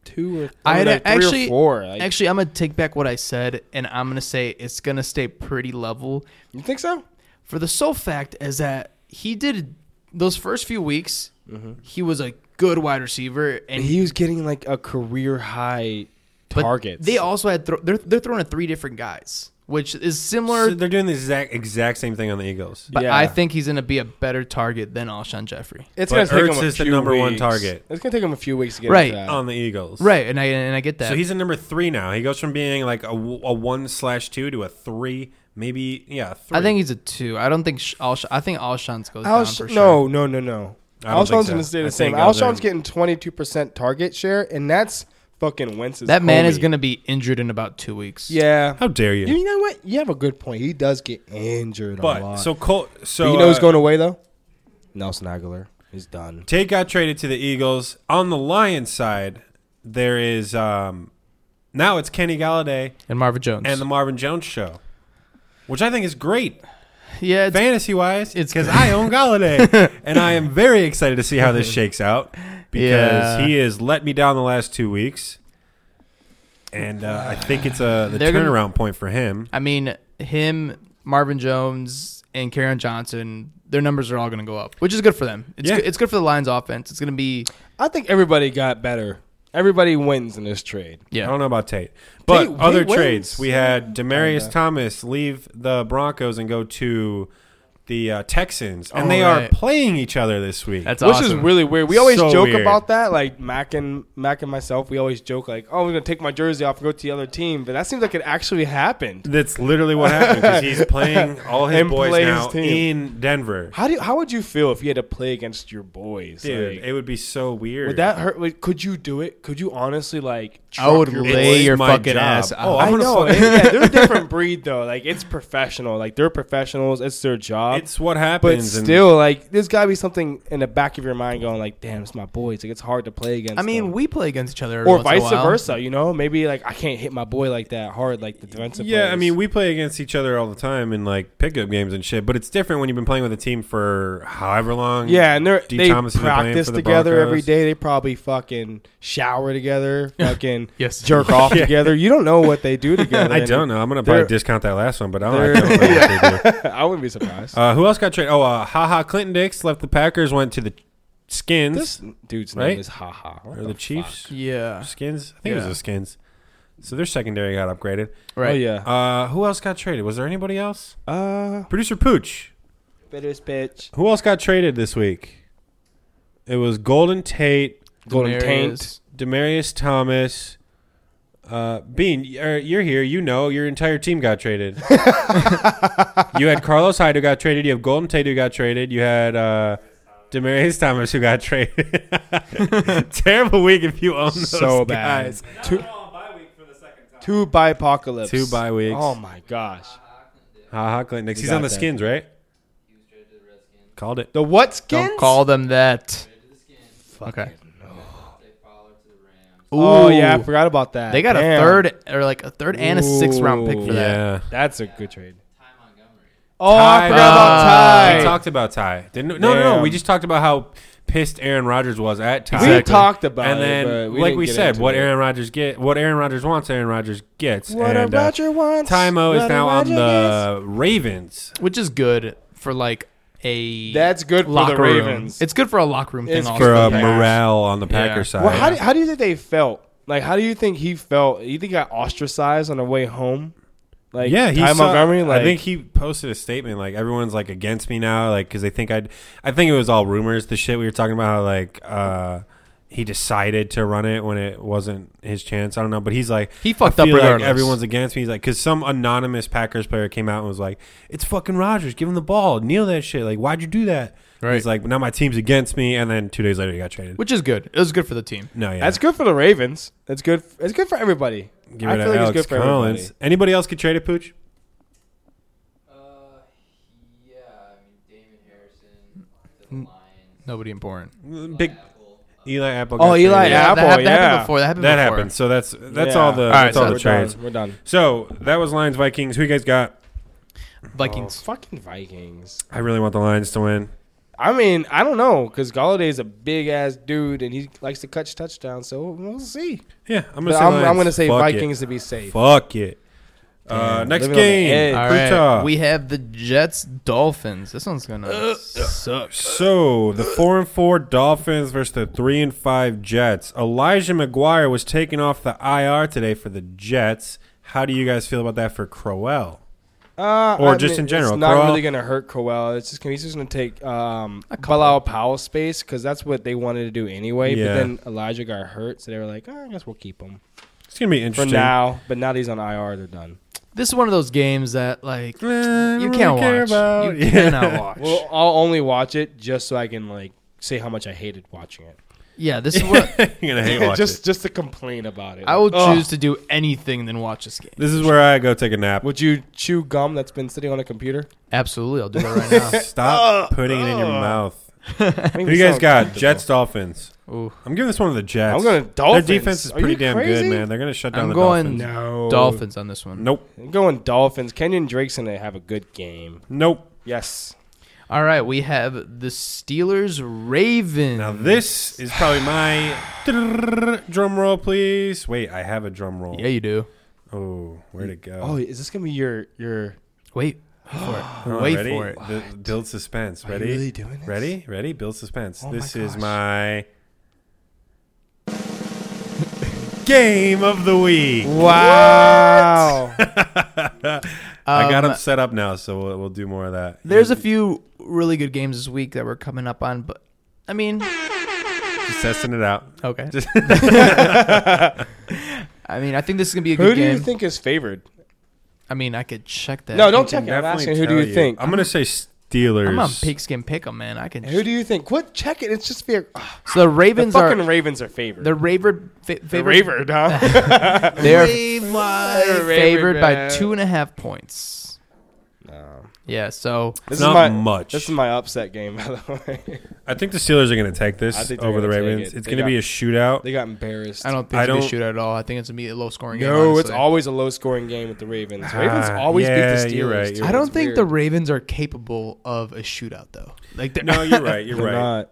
B: two or I
C: I'd
B: mean, like three
C: actually-
B: or four. Like,
C: actually, I'm gonna take back what I said, and I'm gonna say it's gonna stay pretty level
B: you think so?
C: for the sole fact is that he did those first few weeks.
A: Mm-hmm.
C: He was a good wide receiver, and
B: And he was getting like a career high
C: but
B: targets.
C: They also had thro- they're they're throwing at three different guys, which is similar.
A: So they're doing the exact exact same thing on the Eagles.
C: but
B: Yeah.
C: I think he's gonna be a better target than Alshon Jeffrey.
B: it's
A: but
B: gonna take
A: Ertz
B: him a
A: is the
B: few
A: number one
B: weeks.
A: target.
B: It's gonna take him a few weeks to get
C: Right.
B: To that.
A: On the Eagles,
C: Right, and I and I get that.
A: So he's a number three now. He goes from being like a, w- a one slash two to a three, maybe yeah. a Three.
C: I think he's a two. I don't think Sh- Alsh- I think Alshon's goes down
B: Alsh-
C: for sure.
B: no, no, no, no.
A: I don't think
B: Alshon's
A: so.
B: gonna stay
A: I
B: the same.
A: think Alshon-
B: Alshon's getting twenty two percent target share, and that's fucking Wentz's.
C: that man is
B: homie.
C: gonna be injured in about two weeks.
B: Yeah.
A: How dare you?
B: You know what? You have a good point. He does get injured a
A: but
B: lot.
A: so Col- so
B: But you know who's
A: uh,
B: going away though? Nelson Aguilar. He's done.
A: Tate got traded to the Eagles. On the Lions side, there is um, now it's Kenny Galladay
C: and Marvin Jones.
A: and the Marvin Jones show, which I think is great
C: yeah, it's,
A: fantasy wise. It's
C: it's
A: because I own Galladay, and I am very excited to see how this shakes out because
C: Yeah.
A: he has let me down the last two weeks. and uh, I think it's a the
C: They're gonna-
A: turnaround point for him.
C: I mean, him, Marvin Jones, and Karen Johnson, their numbers are all going to go up, which is good for them. It's,
A: Yeah.
C: good, it's good for the Lions offense. It's going to be,
B: I think everybody got better. Everybody wins in this trade.
C: yeah.
A: I don't know about Tate, but
B: Tate
A: other
B: wins.
A: trades we had Demarius
B: Kinda.
A: Thomas leave the Broncos and go to the uh, Texans, and
C: Oh,
A: they
C: right.
A: are playing each other this week.
C: That's
B: Which
C: awesome.
B: is really weird. We always
A: So
B: joke
A: weird.
B: about that, like Mac and Mac and myself. We always joke like, "Oh, we're gonna take my jersey off and go to the other team," but that seems like it actually happened.
A: That's literally what happened because he's playing all his
B: And
A: boys
B: play his
A: now
B: team.
A: in Denver.
B: How do you, how would you feel if you had to play against your boys?
A: Dude,
B: Like,
A: it would be so weird.
B: would that hurt? Like, could you do it? Could you honestly like?
C: I would
B: truck your
C: lay
B: boys?
A: It's
C: your
A: my
C: fucking
A: job.
C: ass
A: Oh,
C: out.
A: I'm
B: I
A: gonna
B: know
A: fuck-
B: it- yeah, they're a different breed though. Like it's professional. Like they're professionals. It's their job.
A: It's what
B: but
A: happens. and-
B: still, like there's gotta be something in the back of your mind going like, "Damn, it's my boys." Like it's hard to play against.
C: I mean,
B: them.
C: we play against each other. every
B: or
C: once in a
B: vice
C: while.
B: versa. You know, maybe like I can't hit my boy like that hard, like the defensive.
A: yeah, I
B: players.
A: mean, we play against each other all the time in like pickup games and shit. But it's different when you've been playing with a team for however long.
B: yeah, and they're,
A: D.
B: they
A: Thomas has been playing
B: practice
A: for the
B: together every
A: Broncos.
B: day. They probably fucking shower together, fucking
C: Yes.
B: jerk off
A: Yeah.
B: together. You don't know what they do together.
A: I don't know. I'm gonna
B: they're-
A: probably discount that last one, but I don't, I
B: they're-
A: don't know what they do.
B: I wouldn't be surprised.
A: Uh, who else got traded? Oh, uh, haha. Clinton Dix left the Packers, went to the Skins
B: this dude's
A: right?
B: name is haha. What
A: or the, Chiefs.
C: Yeah.
A: Skins. I think it was
C: Yeah.
A: the Skins. So their secondary got upgraded.
B: Right.
C: Right.
B: Oh yeah.
A: Uh, who else got traded? Was there anybody else?
B: Uh,
A: Producer Pooch.
B: bitter's bitch.
A: Who else got traded this week? It was Golden Tate,
B: Golden
C: Demarius.
B: taint.
A: Demarius Thomas. Uh, Bean, you're, you're here. You know your entire team got traded. you had Carlos Hyde who got traded. You have Golden Tate who got traded. You had uh, Demarius Thomas who got traded. Terrible week if you own those
B: So bad.
A: guys.
B: Two, two bipocalypse.
A: Two bye weeks.
B: Oh my gosh.
A: Haha, Clint Nix.
B: We
A: He's
B: got
A: on the
B: that.
A: skins, right? Called it.
B: The what skins?
C: Don't call them that. Okay. Ooh,
B: Oh yeah, I forgot about that.
C: They got a
B: Damn.
C: third or like a third and a sixth round pick for
B: Ooh.
C: that.
A: Yeah.
B: That's a good trade. Oh,
A: Ty,
B: I forgot about
A: uh,
B: Ty.
A: We talked about Ty. Didn't we? No, no, no.
B: Damn.
A: We just talked about how pissed Aaron Rodgers was at Ty.
B: We talked about
A: and
B: it,
A: then,
B: but we
A: like
B: didn't
A: we
B: get
A: said,
B: into
A: what
B: it.
A: Aaron Rodgers get, what Aaron Rodgers wants, Aaron Rodgers gets.
B: What a
A: and, uh,
B: Roger wants.
A: Tymo
B: what
A: is
B: a
A: now on
B: Roger
A: the Ravens.
C: Which is good for like
B: gets.
C: a
B: That's good for
C: locker
B: the Ravens.
C: Room. It's good for a locker room
B: It's
C: thing
A: For
B: For
A: uh,
B: a
C: also.
B: Packers.
A: morale on the Packer side.
B: well, how do, how do you think they felt? Like, how do you think he felt? You think he got ostracized on the way home? Like,
A: yeah, he
B: Ty
A: saw-
B: Montgomery. Like,
A: I think he posted a statement like everyone's like against me now, like because they think I'd. I think it was all rumors. The shit we were talking about, how like uh, he decided to run it when it wasn't his chance. I don't know, but he's like
C: He fucked
A: I
C: up
A: feel like
C: regardless.
A: everyone's against me. He's like because some anonymous Packers player came out and was like, "It's fucking Rogers. Give him the ball. Kneel that shit. Like why'd you do that?"
C: Right.
A: He's like, "Now my team's against me." And then two days later, he got traded.
C: Which is good. It was good for the team.
A: no, yeah,
B: that's good for the Ravens. That's good. It's good for everybody.
A: Give
B: I
A: it
B: feel
A: to
B: like
A: Alex
B: it's good for
A: Collins.
B: everybody.
A: Anybody else get traded, Pooch?
D: Uh, yeah, I mean, Damon Harrison, the Lions,
C: Nobody important.
A: Big
D: Apple.
A: Eli Apple.
B: Oh,
A: got
B: Eli
A: traded.
B: Yeah, Apple,
C: that, hap- that
B: yeah.
C: happened before. That happened
A: That
C: before.
A: happened. So that's that's
B: Yeah.
A: all the
C: All right,
A: that's
C: so
A: all the
B: we're done.
A: trades.
B: We're done.
A: So that was Lions Vikings. Who you guys got?
C: Vikings.
B: Oh, Fucking Vikings.
A: I really want the Lions to win.
B: I mean, I don't know because Galladay is a big ass dude and he likes to catch touchdowns. So we'll see.
A: Yeah, I'm gonna
B: But
A: say
B: I'm,
A: Lions.
B: I'm going to say
A: Fuck
B: Vikings to be
A: It.
B: safe.
A: Fuck it. Uh, next
B: living on the
A: game,
B: edge.
C: All
A: Utah.
C: right. We have the Jets Dolphins. This one's gonna
B: Uh,
C: suck.
A: so the four and four Dolphins versus the three and five Jets. Elijah McGuire was taken off the IR today for the Jets. How do you guys feel about that for Crowell?
B: Uh,
A: Or just in general,
B: it's not
A: Crowell-
B: really going to hurt Crowell. It's just gonna, he's just going to take um,
C: couple.
B: Bilal Powell space because that's what they wanted to do anyway.
A: Yeah.
B: But then Elijah got hurt, so they were like, "Ah, I guess we'll keep him
A: It's gonna be
B: for
A: interesting.
B: now. But now that he's on IR, they're done.
C: This is one of those games that like
A: Eh,
C: you
A: I don't really
C: can't
A: care
C: watch.
A: about-
C: You
A: Yeah.
C: cannot watch.
B: Well, I'll only watch it just so I can like say how much I hated watching it.
C: yeah, this is what
A: You're gonna hate watch
B: just
A: it.
B: just to complain about it.
C: I will
B: Ugh.
C: choose to do anything than watch this game.
A: This is where I go take a nap.
B: Would you chew gum that's been sitting on a computer?
C: Absolutely, I'll do that right now.
A: Stop putting it in your
B: Ugh.
A: mouth.
B: I think
A: Who
B: we
A: you guys
B: sound
A: got?
B: comfortable.
A: Jets, Dolphins.
C: Ooh.
A: I'm giving this one to the Jets.
B: I'm going Dolphins.
A: Their defense is
B: Are you
A: pretty damn
B: crazy?
A: good, man. They're going to shut down
C: I'm
A: the
C: going
A: Dolphins.
B: No.
C: Dolphins on this one.
A: Nope.
B: I'm going Dolphins. Kenyon Drake's going to have a good game.
A: Nope.
B: Yes.
C: All right, we have the Steelers Ravens.
A: Now this is probably my drum roll, please. Wait, I have a drum roll.
C: Yeah, you do.
A: Oh, where'd it go?
B: Oh, is this gonna be your your?
C: Wait. Wait for it.
A: Oh,
C: Wait
A: ready?
C: for it.
A: Bu- build suspense.
B: Are you
A: Ready?
B: really doing this?
A: Ready? Ready? Build suspense.
B: Oh my
A: this is
B: gosh.
A: my game of the week.
B: Wow.
A: I got
C: Um,
A: them set up now, so we'll, we'll do more of that.
C: There's a few really good games this week that we're coming up on, but I mean,
A: Just testing it out.
C: okay.
A: Just-
C: I mean, I think this is gonna be a
B: Who
C: good
B: do
C: game.
B: you think is favored?
C: I mean, I could check that.
B: No, don't check it.
A: Can
B: I'm
A: definitely
B: asking who do
A: tell
B: you think?
A: I'm gonna say Steelers.
C: I'm on pigskin pick'em, man. I can.
B: Who do you think? What? Check it. It's just fair. Ah,
C: so the
B: The
C: Ravens
B: fucking
C: are
B: Ravens are favored.
C: the Raver fa-
B: They're
C: favorite.
B: favored, huh?
C: They're
B: They're
C: favored,
B: Raver,
C: by
B: man.
C: two and a half points.
B: no.
C: Yeah. So
B: This
A: Not
B: is my
A: much.
B: This is my upset game, by the way.
A: I think the Steelers are gonna take
B: I
A: this
B: think they're
A: over the
B: gonna take
A: Ravens.
B: it.
A: It's
B: They
A: gonna
B: got-
A: be a shootout.
B: They got embarrassed.
C: I don't think
A: I
C: it's gonna be a
A: don't-
C: shootout at all. I think it's gonna be a low scoring game.
B: No, it's
C: honestly.
B: always a low scoring game with the Ravens. Ravens
A: Ah,
B: always
A: yeah,
B: beat the Steelers.
A: you're right, you're
C: I don't
B: It's
C: think
B: weird.
C: the Ravens are capable of a shootout though. Like they're-
A: No, you're right. You're
B: They're
A: right.
B: not.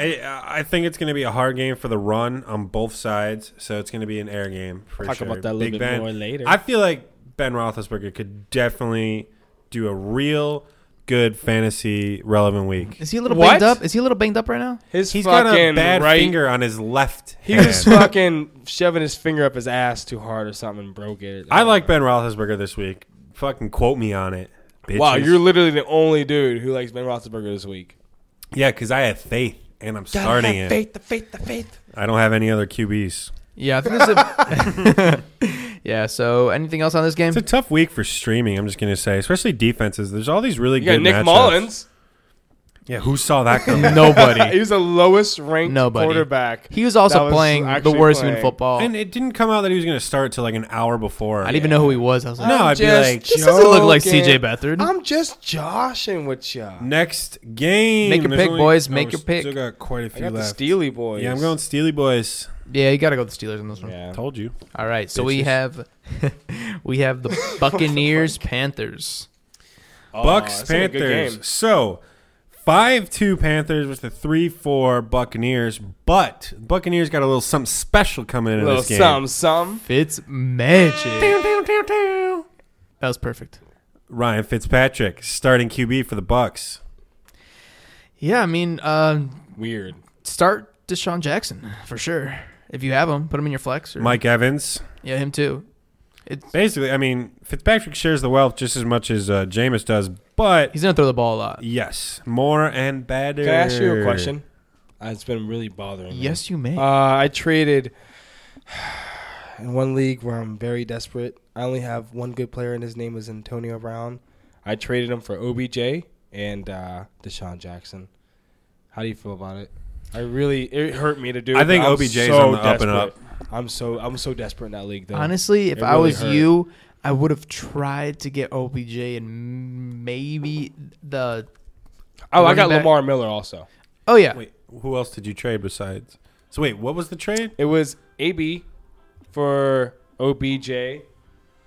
A: I, I think it's going to be a hard game for the run on both sides, so it's going to be an air game for
B: Talk
A: sure.
B: about that a little bit more later.
A: I feel like Ben Roethlisberger could definitely do a real good fantasy relevant week.
C: Is he a little
B: What?
C: banged up? Is he a little banged up right now?
B: His
A: He's
B: fucking
A: got a bad
B: right.
A: finger on his left
B: He
A: hand.
B: was fucking shoving his finger up his ass too hard or something and broke it.
A: I like Ben Roethlisberger this week. Fucking quote me on it. Bitches.
B: Wow, you're literally the only dude who likes Ben Roethlisberger this week.
A: yeah, because I have faith and I'm starting it.
B: Faith, the faith, the faith.
A: I don't have any other QBs.
C: Yeah, I think this is a- Yeah, so anything else on this game?
A: It's a tough week for streaming. I'm just gonna say, especially defenses. There's all these really
B: You
A: good
B: got Nick
A: matchups.
B: Mullins.
A: Yeah, who saw that coming?
C: Nobody.
B: He's the lowest ranked
C: Nobody.
B: quarterback.
C: He was
B: That
C: also
B: was
C: playing the
B: actually
C: worst in
B: playing.
C: football.
A: And it didn't come out that he was going to start till like an hour before.
C: I didn't even know who he was. I was like,
A: No,
B: I'm
A: I'd be
B: just
A: like,
C: this doesn't look like
B: joking.
C: CJ Beathard.
B: I'm just joshing with ya.
A: Next game.
C: Make your
A: There's
C: pick, boys. Make
A: we
C: your pick.
A: Still got quite a
B: I
A: few
B: got the
A: left.
B: Steely boys.
A: Yeah, I'm going Steely boys.
C: yeah, you got to go with the Steelers on this one.
B: Yeah.
A: Told you.
C: All right, so we
A: Bitches.
C: have we have the Buccaneers Panthers.
B: Oh,
A: Bucks
B: that's gonna be a good game.
A: Panthers. So five two Panthers with the three four Buccaneers. But Buccaneers got a little something special coming into
B: Little
A: this game.
B: some, some.
C: Fitz magic.
A: Down, down, down, down.
C: That was perfect.
A: Ryan Fitzpatrick starting QB for the Bucks.
C: Yeah, I mean, uh,
B: Weird.
C: start Deshaun Jackson for sure. If you have him, put him in your flex. Or,
A: Mike Evans.
C: yeah, him too. It's,
A: Basically, I mean Fitzpatrick shares the wealth just as much as uh, Jameis does, but
C: he's gonna throw the ball a lot.
A: Yes, more and better.
B: Can I ask you a question? Uh, it's been really bothering me.
C: Yes, you may.
B: Uh, I traded in one league where I'm very desperate. I only have one good player, and his name is Antonio Brown. I traded him for OBJ and uh, Deshaun Jackson. How do you feel about it? I really it hurt me to do. it,
A: I
B: but
A: think
B: I'm
A: OBJ is on the up and up.
B: desperate. I'm so I'm so desperate in that league though.
C: Honestly, if
B: It
C: I
B: really
C: was
B: hurt.
C: you, I would have tried to get OBJ and maybe the.
B: oh, I got
C: running back-
B: Lamar Miller also.
C: Oh yeah,
A: Wait, who else did you trade besides? So wait, what was the trade?
B: It was AB for OBJ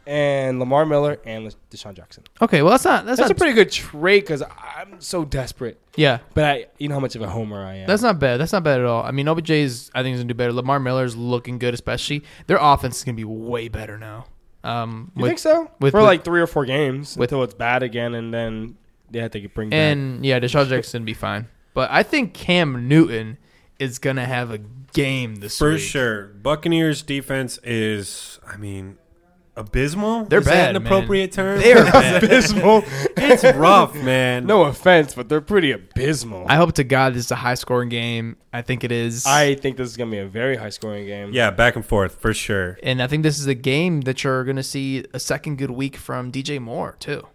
B: and Lamar Miller and Deshaun Jackson.
C: okay. Well, that's not. That's,
B: That's a
C: not.
B: pretty good trade because I'm so desperate.
C: yeah,
B: But I, you know how much of a homer I am.
C: that's not bad. That's not bad at all. I mean, OBJ is. I think he's gonna do better. Lamar Miller's looking good, especially their offense is gonna be way better now. Um,
B: you
C: with-
B: think so?
C: with-
B: For
C: with-
B: like three or four games
C: with-
B: until it's bad again, and then they have to bring back.
C: and yeah, Deshaun Jackson be fine. But I think Cam Newton is gonna have a game this
A: For
C: week.
A: sure, Buccaneers defense is, I mean, abysmal.
C: They're
A: is that an
C: bad,
A: appropriate term?
C: They're
B: abysmal.
A: it's rough, man.
B: no offense, but they're pretty abysmal.
C: I
B: I,
C: hope to God this is a high scoring game. I think it is.
B: think this is gonna be a very high scoring game.
A: Yeah, back and forth for sure.
C: And I think this is a game that you're going to see a second good week from DJ Moore, too.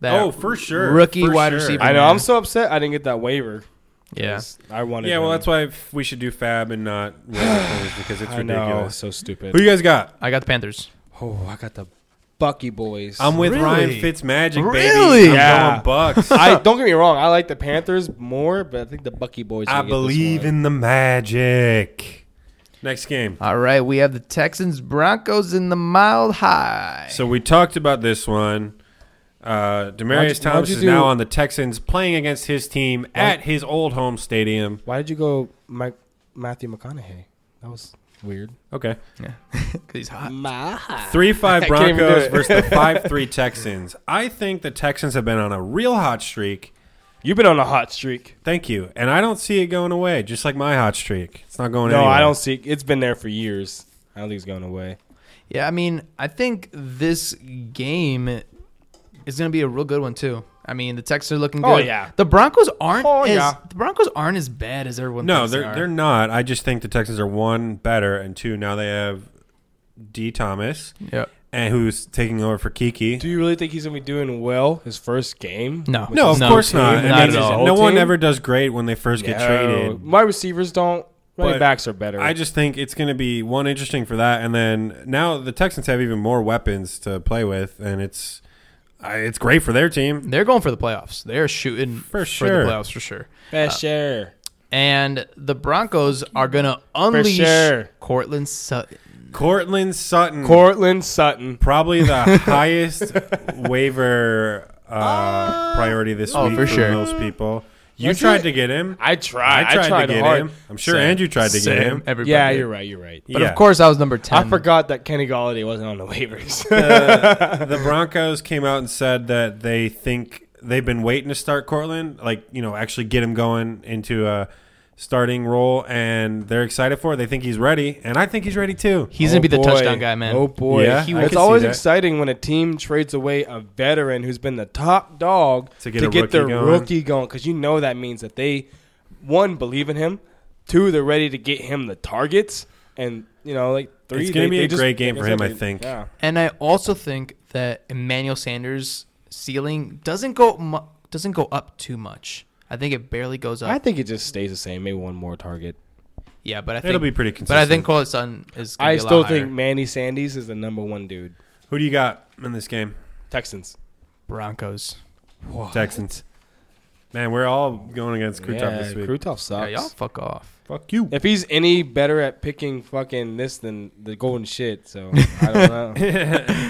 C: That-
A: Oh, for sure.
C: Rookie
A: For
C: wide
A: sure.
C: receiver.
B: I know. I'm so upset. I didn't get that waiver.
C: Yeah.
B: 'cause I wanted.
A: Yeah, well,
B: him.
A: that's why f- we should do Fab and not Roller Cones because it's
B: I know.
A: ridiculous.
B: So stupid.
A: Who you guys got?
C: I got the Panthers.
B: Oh, I got the Bucky boys.
A: I'm with
C: Really?
A: Ryan Fitzmagic, baby.
C: Really?
A: I'm
B: Yeah.
A: going Bucks.
B: I don't get me wrong. I like the Panthers more, but I think the Bucky boys.
A: I
B: can get this
A: believe
B: one.
A: in the magic. Next game.
C: All right. We have the Texans Broncos in the mile high.
A: So we talked about this one. Uh, Uh,
B: Why'd you-
A: Demarius
B: why'd
A: Thomas
B: you
A: is
B: do-
A: now on the Texans playing against his team at his old home stadium.
B: Why did you go Mike, Matthew McConaughey? That was weird.
A: Okay.
C: Yeah, 'Cause he's hot.
A: Three five
B: I can't even do
A: Broncos
B: it.
A: versus the five three Texans. I think the Texans have been on a real hot streak.
B: You've been on a hot streak.
A: Thank you, and I don't see it going away. Just like my hot streak, it's not going.
B: no,
A: anywhere.
B: I don't see. It's been there for years. I don't think it's going away.
C: Yeah, I mean, I think this game is going to be a real good one too. I mean, the Texans are looking good.
B: Oh, yeah.
C: the Broncos aren't.
B: Oh,
C: as,
B: yeah.
C: the Broncos aren't as bad as everyone.
A: No,
C: thinks
A: they're
C: they are.
A: they're not. I just think the Texans are one better, and two now they have D Thomas,
C: Yeah.
A: and who's taking over for Kiki.
B: Do you really think he's gonna be doing well his first game?
C: No.
B: With
A: No,
B: his
A: of
C: No,
A: course
B: team?
A: not. And
C: not
A: they-
C: at all.
A: No
B: Whole
A: one
B: team?
A: ever does great when they first get
B: No.
A: traded.
B: My receivers don't.
A: But
B: Running backs are better.
A: I just think it's going to be one interesting for that, and then now the Texans have even more weapons to play with, and it's I, it's great for their team.
C: They're going for the playoffs. They're shooting
A: For
C: for,
A: sure.
C: the playoffs for sure.
A: Uh,
B: best share.
C: And the Broncos are going to unleash
B: sure.
C: Cortland Sutton.
A: Cortland Sutton,
B: Cortland Sutton.
A: probably the highest waiver uh, priority this
C: oh,
A: week
C: for
A: for,
C: sure.
A: most people. You
B: Was
A: tried
B: it-
A: to get him.
B: I tried.
A: I tried, to get
B: hard.
A: him. I'm sure
C: Same.
A: Andrew tried to get
C: Same.
A: him.
C: Everybody.
B: Yeah,
C: did.
B: you're right. You're right.
C: But
A: Yeah.
C: of course, I was number ten.
B: I forgot that Kenny Galladay wasn't on the waivers.
C: Uh,
A: the Broncos came out and said that they think they've been waiting to start Cortland, like you know, actually get him going into a starting role, and they're excited for it. They think he's ready, and I think he's ready too.
C: He's
B: Oh,
C: gonna be the
B: boy.
C: touchdown guy, man.
B: Oh boy!
A: Yeah,
C: He
A: I
C: will-
A: could
B: it's
A: see
B: always
A: that.
B: exciting when a team trades away a veteran who's been the top dog
A: To get a rookie
B: their
A: going.
B: rookie going, because you know that means that they one believe in him, two they're ready to get him the targets, and you know like three.
A: It's gonna
B: they-
A: be
B: they
A: a
B: just-
A: great game
B: like
A: for him,
B: said,
A: I
B: they-
A: think.
B: Yeah.
C: And I also think that Emmanuel Sanders' ceiling doesn't go mu- doesn't go up too much. I think it barely goes up.
B: I think it just stays the same. Maybe one more target.
C: yeah, but I think
A: It'll be pretty
C: But I
A: consistent.
C: think Cortland Sutton is. Gonna
B: I
C: be a lot
B: still
C: higher.
B: think Manny Sandys is the number one dude.
A: Who do you got in this game?
B: Texans.
C: Broncos.
A: Texans. Man, we're all going against Krutov this week.
B: Krutov
C: Yeah,
B: sucks.
C: y'all fuck off.
A: Fuck you.
B: If he's any better at picking fucking this than the golden shit, so I don't know.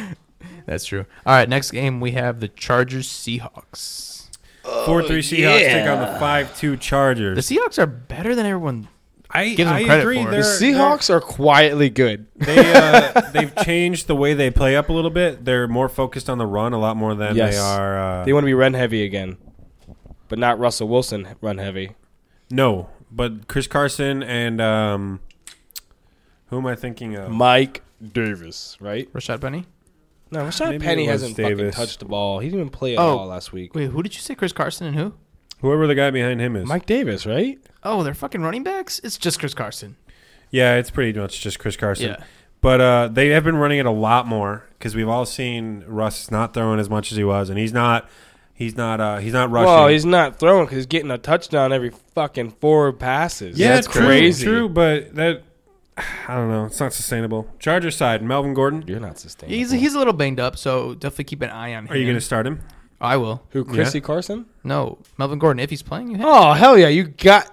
C: That's true. All right, next game we have the Chargers Seahawks.
A: Four
C: Oh,
A: three Seahawks take on the five two Chargers.
C: The Seahawks are better than everyone.
A: I,
C: Give them
A: I
C: credit
A: agree.
C: for it.
A: they're-
C: The
B: The Seahawks are quietly good.
A: they're- they uh, they've changed the way they play up a little bit. They're more focused on the run a lot more than
B: Yes.
A: they are. Uh,
B: They want to be run heavy again, but not Russell Wilson run heavy.
A: No, but Chris Carson and um, who am I thinking of?
B: Mike Davis, right?
C: Rashad Penny.
B: No, Rashad
A: Maybe
B: Penny
A: it was
B: hasn't fucking
A: Davis.
B: touched the ball. He didn't even play at
C: Oh.
B: all last week.
C: Wait, who did you say? Chris Carson and who?
A: Whoever the guy behind him is.
B: Mike Davis, right?
C: Oh, they're fucking running backs. It's just Chris Carson.
A: Yeah, it's pretty much just Chris Carson.
C: Yeah.
A: But uh, they have been running it a lot more because we've all seen Russ not throwing as much as he was, and he's not, he's not, uh, he's not rushing.
B: Well, he's not throwing because he's getting a touchdown every fucking four passes.
A: yeah,
B: that's
A: true,
B: crazy.
A: True, but that I don't know. It's not sustainable. Charger side, Melvin Gordon.
B: You're not sustainable.
C: He's he's a little banged up, so definitely keep an eye on him.
A: Are you going to start him?
C: I will.
B: Who, Chrissy Carson?
C: No, Melvin Gordon. If he's playing, you have.
B: Oh hell yeah! You got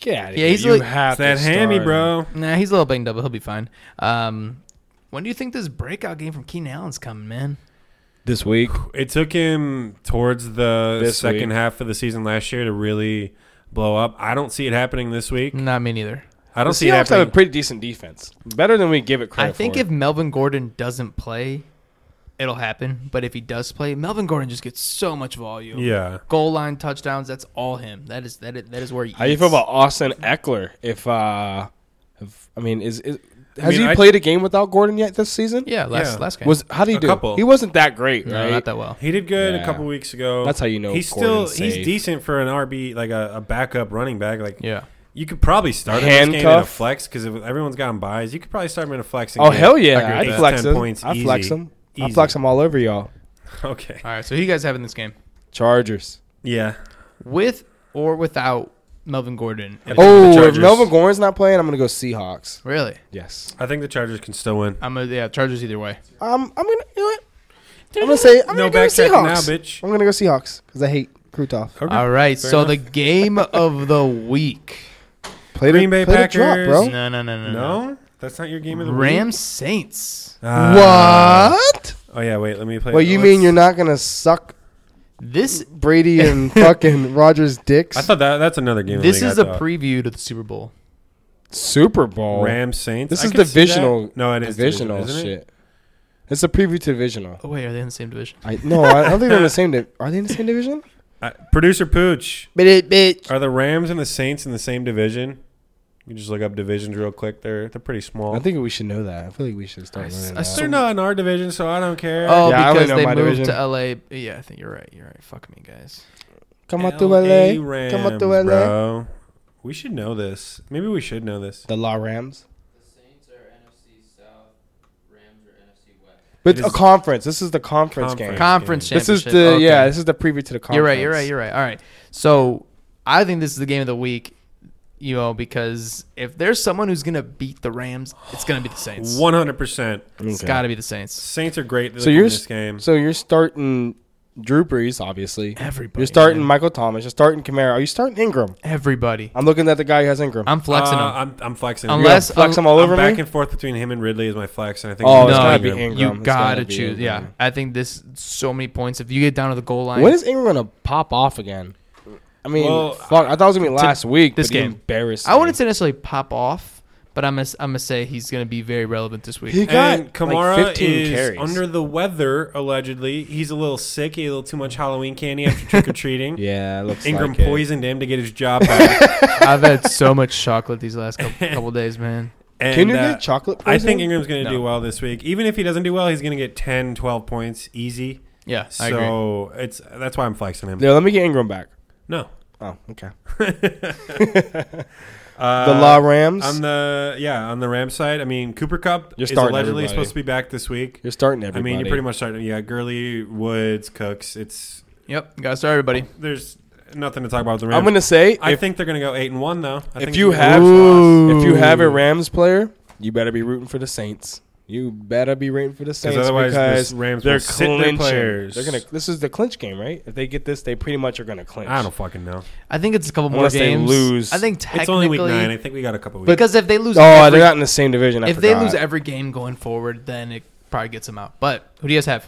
B: get out of here.
C: he's
B: you
C: like-
A: It's
B: have
A: that
B: to
A: hammy,
B: start him.
A: bro.
C: Nah, he's a little banged up, but he'll be fine. Um, when do you think this breakout game from Keenan Allen's coming, man?
B: This week,
A: It took him towards the
B: This
A: second
B: week.
A: half of the season last year to really blow up. I don't see it happening this week.
C: Not me neither.
A: I don't
B: the
A: see it
B: Seahawks have a
A: happening.
B: pretty decent defense, better than we give it credit.
C: I think
B: for.
C: if Melvin Gordon doesn't play, it'll happen. But if he does play, Melvin Gordon just gets so much volume.
A: Yeah.
C: Goal line touchdowns. That's all him. That is that is, that is where he.
B: how do you
C: eats.
B: feel about Austin Eckler? If uh, if, I mean, is, is has
A: mean,
B: he
A: I-
B: played a game without Gordon yet this season?
C: Yeah, last
A: Yeah.
C: last game
B: Was how do you
A: A
B: do?
A: couple.
B: He wasn't that great,
C: no,
B: right?
C: not that well.
A: He did good a
B: Yeah.
A: couple weeks ago.
B: That's how you know
A: he's still
B: Gordon's
A: he's
B: safe.
A: decent for an RB like a, a backup running back. Like
C: Yeah,
A: you could probably start him this game in a
B: Handcuff.
A: flex because everyone's gotten buys. You could probably start him in a flex. and
B: Oh
A: get
B: hell yeah!
A: eight
B: I
A: to
B: flex
A: 10
B: him.
A: points
B: I flex
A: easy.
B: him. I
A: Easy.
B: flex him all over y'all.
A: Okay.
C: all right. So who you guys have in this game
B: Chargers.
A: Yeah.
C: with or without Melvin Gordon?
A: I think the
B: Oh, if
A: Chargers-
B: Melvin Gordon's not playing, I'm gonna go Seahawks.
C: Really?
B: Yes.
A: I think the Chargers can still win.
C: I'm a, yeah Chargers either way.
B: Um, I'm gonna. You know what? I'm gonna say I'm
A: no
B: gonna go
A: backtracking
B: Seahawks.
A: now, bitch.
B: I'm gonna go Seahawks because I hate Krutov.
A: Okay.
C: All right.
A: Fair
C: so
A: enough.
C: the game of the week.
B: Play
A: Green Bay
B: play drop,
A: Packers.
B: bro.
C: No, no, no, no, no.
A: No, that's not your game of the week.
C: Rams Saints.
A: Ah.
B: what?
A: Oh yeah, wait. Let me play. Oh,
B: Well, you
A: let's-
B: mean you're not gonna suck
C: This
B: Brady and fucking Rogers dicks.
A: I thought that that's another game. of
C: this
A: league,
C: is
A: I
C: a
A: thought.
C: preview to the Super Bowl.
B: Super
C: Oh.
B: Bowl.
A: Rams Saints.
B: This
A: I
B: is
A: could see that.
B: divisional.
A: No, it is
B: divisional
A: division, isn't it?
B: shit. It's a preview to divisional.
C: Oh wait, are they in the same division?
B: I no, I don't think they're in the same. Div- are they in the same division?
A: Uh, Producer Pooch,
B: But it, bitch.
A: are the Rams and the Saints in the same division? You just look up divisions real quick. They're they're pretty small.
B: I think we should know that. I feel like we should
C: I
B: start.
C: s-
B: learning
C: I
B: that.
C: s-
A: they're not in our division, so I don't care.
C: Oh,
B: Yeah, I only
C: because
B: know
C: they
B: my
C: moved
B: division.
C: to LA. Yeah, I think you're right. You're right. Fuck me, guys.
B: Come on to LA. Come on to LA.
A: bro. We should know this. Maybe we should know this.
B: The La Rams.
D: The Saints are NFC South, Rams are NFC West.
B: But
A: It
B: a
A: is-
B: conference. This is the conference,
A: Conference.
B: game.
C: Conference
B: This is
C: championship.
B: the
C: Okay.
B: yeah. This is the preview to the conference.
C: You're right. You're right. You're right. All right. So I think this is the game of the week. You know, because if there's someone who's gonna beat the Rams, it's gonna be the Saints.
A: One hundred percent.
C: It's
B: Okay.
C: gotta be the Saints.
A: Saints are great
B: So
A: in
B: you're
A: this game.
B: So you're starting Drew Brees, obviously.
C: Everybody.
B: You're starting
C: man.
B: Michael Thomas. You're starting Kamara. Are you starting Ingram?
C: everybody.
B: I'm looking at the guy who has Ingram.
C: I'm flexing
A: Uh,
C: them.
A: I'm, I'm flexing.
B: You gonna
C: Unless-
B: flex
C: um,
B: him all
A: I'm
B: over
A: back
B: me.
A: and forth between him and Ridley is my flex, and I think
B: Oh, it's
A: no,
B: gotta
C: no,
B: be
C: you,
B: Ingram.
C: you
B: It's
C: gotta,
B: gotta be
C: choose. Yeah,
B: Ingram.
C: I think this so many points. If you get down to the goal line,
B: when is Ingram gonna pop off again? I mean,
A: Well,
B: fuck. I thought it was gonna be last week.
C: this
B: but he
C: game.
B: embarrassed.
C: I
B: me.
C: wouldn't say necessarily pop off, but I'm gonna s- I'm gonna say he's gonna be very relevant this week.
B: he got
A: and Kamara
B: like 15
A: is
B: carries.
A: under the weather allegedly. He's a little sick. He ate a little too much Halloween candy after trick or treating.
B: yeah, it looks
A: Ingram
B: like it.
A: poisoned him to get his job back.
C: I've had so much chocolate these last couple, couple days, man.
A: and,
B: Can you
A: uh,
B: get chocolate?
A: I
B: poisoning?
A: think Ingram's going to do
C: No.
A: well this week. Even if he doesn't do well, he's going to get 10, 12 points easy.
C: Yeah, I agree.
A: so it's that's why I'm flexing him.
B: Yeah, let me get Ingram back.
A: No.
B: Oh, okay.
A: Uh,
B: The La Rams.
A: on the yeah on the Ram side. I mean, Cooper Cup
B: You're
A: is
B: starting
A: allegedly
B: everybody.
A: supposed to be back this week.
B: you're starting
A: I
B: everybody.
A: mean, you're pretty much starting. Yeah, Gurley, Woods, Cooks. It's
C: Yep, gotta start everybody.
A: there's nothing to talk about with the Rams.
B: I'm gonna say
A: I
B: if,
A: think they're gonna go eight and one though. I
B: If
A: think
B: you
A: they're
B: have-
A: gonna lose to us.
B: if you have a Rams player, you better be rooting for the Saints. You better be rooting for the Saints
A: otherwise the
B: because
A: Rams
B: they're
A: will sit their
B: clinching.
A: players.
B: They're gonna. This is the clinch game, right? If they get this, they pretty much are gonna clinch.
A: I don't fucking know.
C: I think it's a couple
B: Unless
C: more
B: they
C: games.
B: lose.
C: I think
A: It's only
C: technically
A: week nine. I think we got a couple weeks.
C: because if they lose,
B: Oh,
C: every,
B: they're not in the same division. I
C: if they
B: forgot.
C: lose every game going forward, then it probably gets them out. But who do you guys have?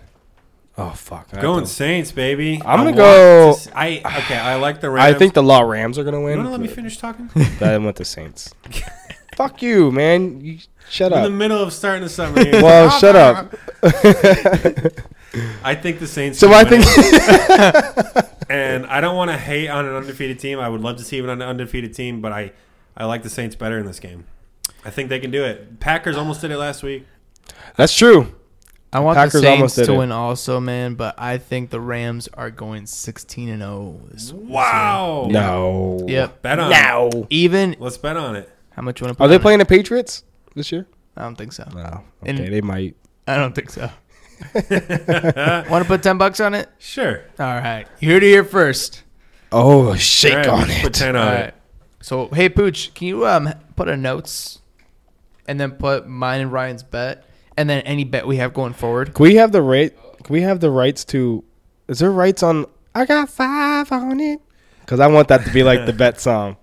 B: oh fuck, I
A: Going
B: don't-
A: Saints, baby.
B: I'm gonna
A: I want
B: go-
A: to s- I okay. I like the
B: I
A: Rams.
B: think the Law Rams are gonna
A: You
B: win.
A: wanna let me finish talking?
B: Then I went the Saints. fuck you, man. You shut
A: I'm in the
B: up.
A: middle of starting the summer. Here.
B: Well, shut up.
A: I think the Saints.
B: So
A: can
B: I
A: win
B: think
A: it. and I don't want to hate on an undefeated team. I would love to see an undefeated team, but I, I like the Saints better in this game. I think they can do it. Packers almost did it last week.
B: that's true.
C: I want
B: Packers
C: the
B: almost
C: Saints
B: did
C: to
B: it.
C: win also, man, but I think the Rams are going 16 and 0 this week.
A: Wow.
B: No.
C: Yep.
A: Bet on it.
B: No.
C: Even
A: Let's bet on it.
C: how much you want to put
B: Are they
C: on it?
B: playing the Patriots this year?
C: I don't think so.
B: No.
C: And-
B: Okay, they might.
C: I don't think so. want to put 10 bucks on it?
A: Sure.
C: All right. You heard it here first.
B: Oh, shake
A: All right,
B: on
A: let's Put
B: it.
A: ten
C: All
A: on
C: right.
A: it.
C: So, hey Pooch, can you um put a notes and then put mine and Ryan's bet and then any bet we have going forward?
B: Can we have the right? Can we have the rights to? Is there rights on? I got five on it. Because I want that to be like the bet song.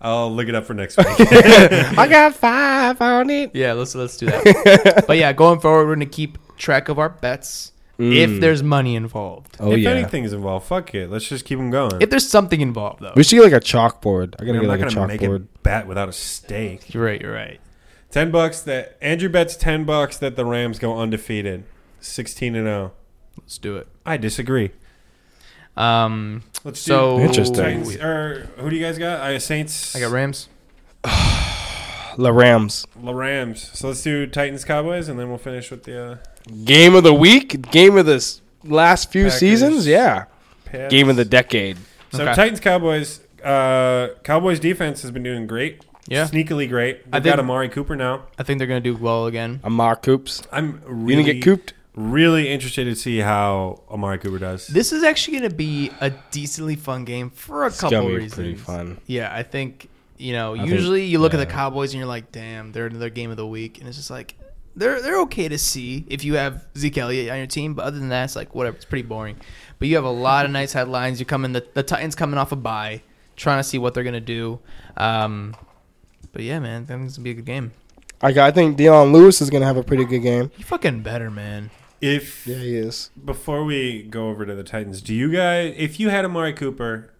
A: I'll look it up for next week.
B: I got five on it.
C: Yeah, let's let's do that. but yeah, going forward, we're gonna keep track of our bets if
B: Mm.
C: there's money involved.
B: Oh
A: if
B: yeah.
A: anything's involved, fuck it. Let's just keep them going.
C: If there's something involved though.
B: We should get like a chalkboard. I
A: I'm
B: gotta
A: not
B: get like a
A: gonna make
B: chalkboard.
A: it bat without a stake.
C: You're right, you're right.
A: Ten bucks that Andrew bets ten bucks that the Rams go undefeated, sixteen and zero.
C: Let's do it.
A: I disagree.
C: Um
A: Let's do
C: so
B: Interesting.
A: Titans, or who do you guys got? I Saints.
C: I got Rams.
B: La Rams.
A: La Rams. So let's do Titans Cowboys, and then we'll finish with the uh,
B: Game of the week. Game of this last few
A: Packers.
B: seasons. Yeah.
A: Pats.
B: Game of the decade.
A: So
C: Okay.
A: Titans Cowboys. Uh, Cowboys defense has been doing great.
C: Yeah.
A: sneakily great.
C: I
A: They've got
C: think-
A: Amari Cooper now.
C: I think they're gonna do well again.
B: Amar Coops.
A: I'm
B: You
A: really
B: didn't get cooped.
A: really interested to see how Amari Cooper does.
C: This is actually going to be a decently fun game for a
B: It's
C: couple
B: gonna be
C: reasons.
B: pretty fun.
C: Yeah, I think you know.
B: think-
C: usually, you look at the
B: yeah.
C: Cowboys and you're like, "Damn, they're another game of the week," and it's just like they're they're okay to see if you have Zeke Elliott on your team, but other than that, it's like whatever. It's pretty boring. But you have a lot of nice headlines. You come in the the Titans coming off a bye, trying to see what they're gonna do. Um, but yeah, man, I think it's gonna be a good game.
B: I got, I think Deion Lewis is gonna have a pretty good game.
C: You fucking better, man.
A: If
B: Yeah, he is.
A: before we go over to the Titans, do you guys, if you had Amari Cooper,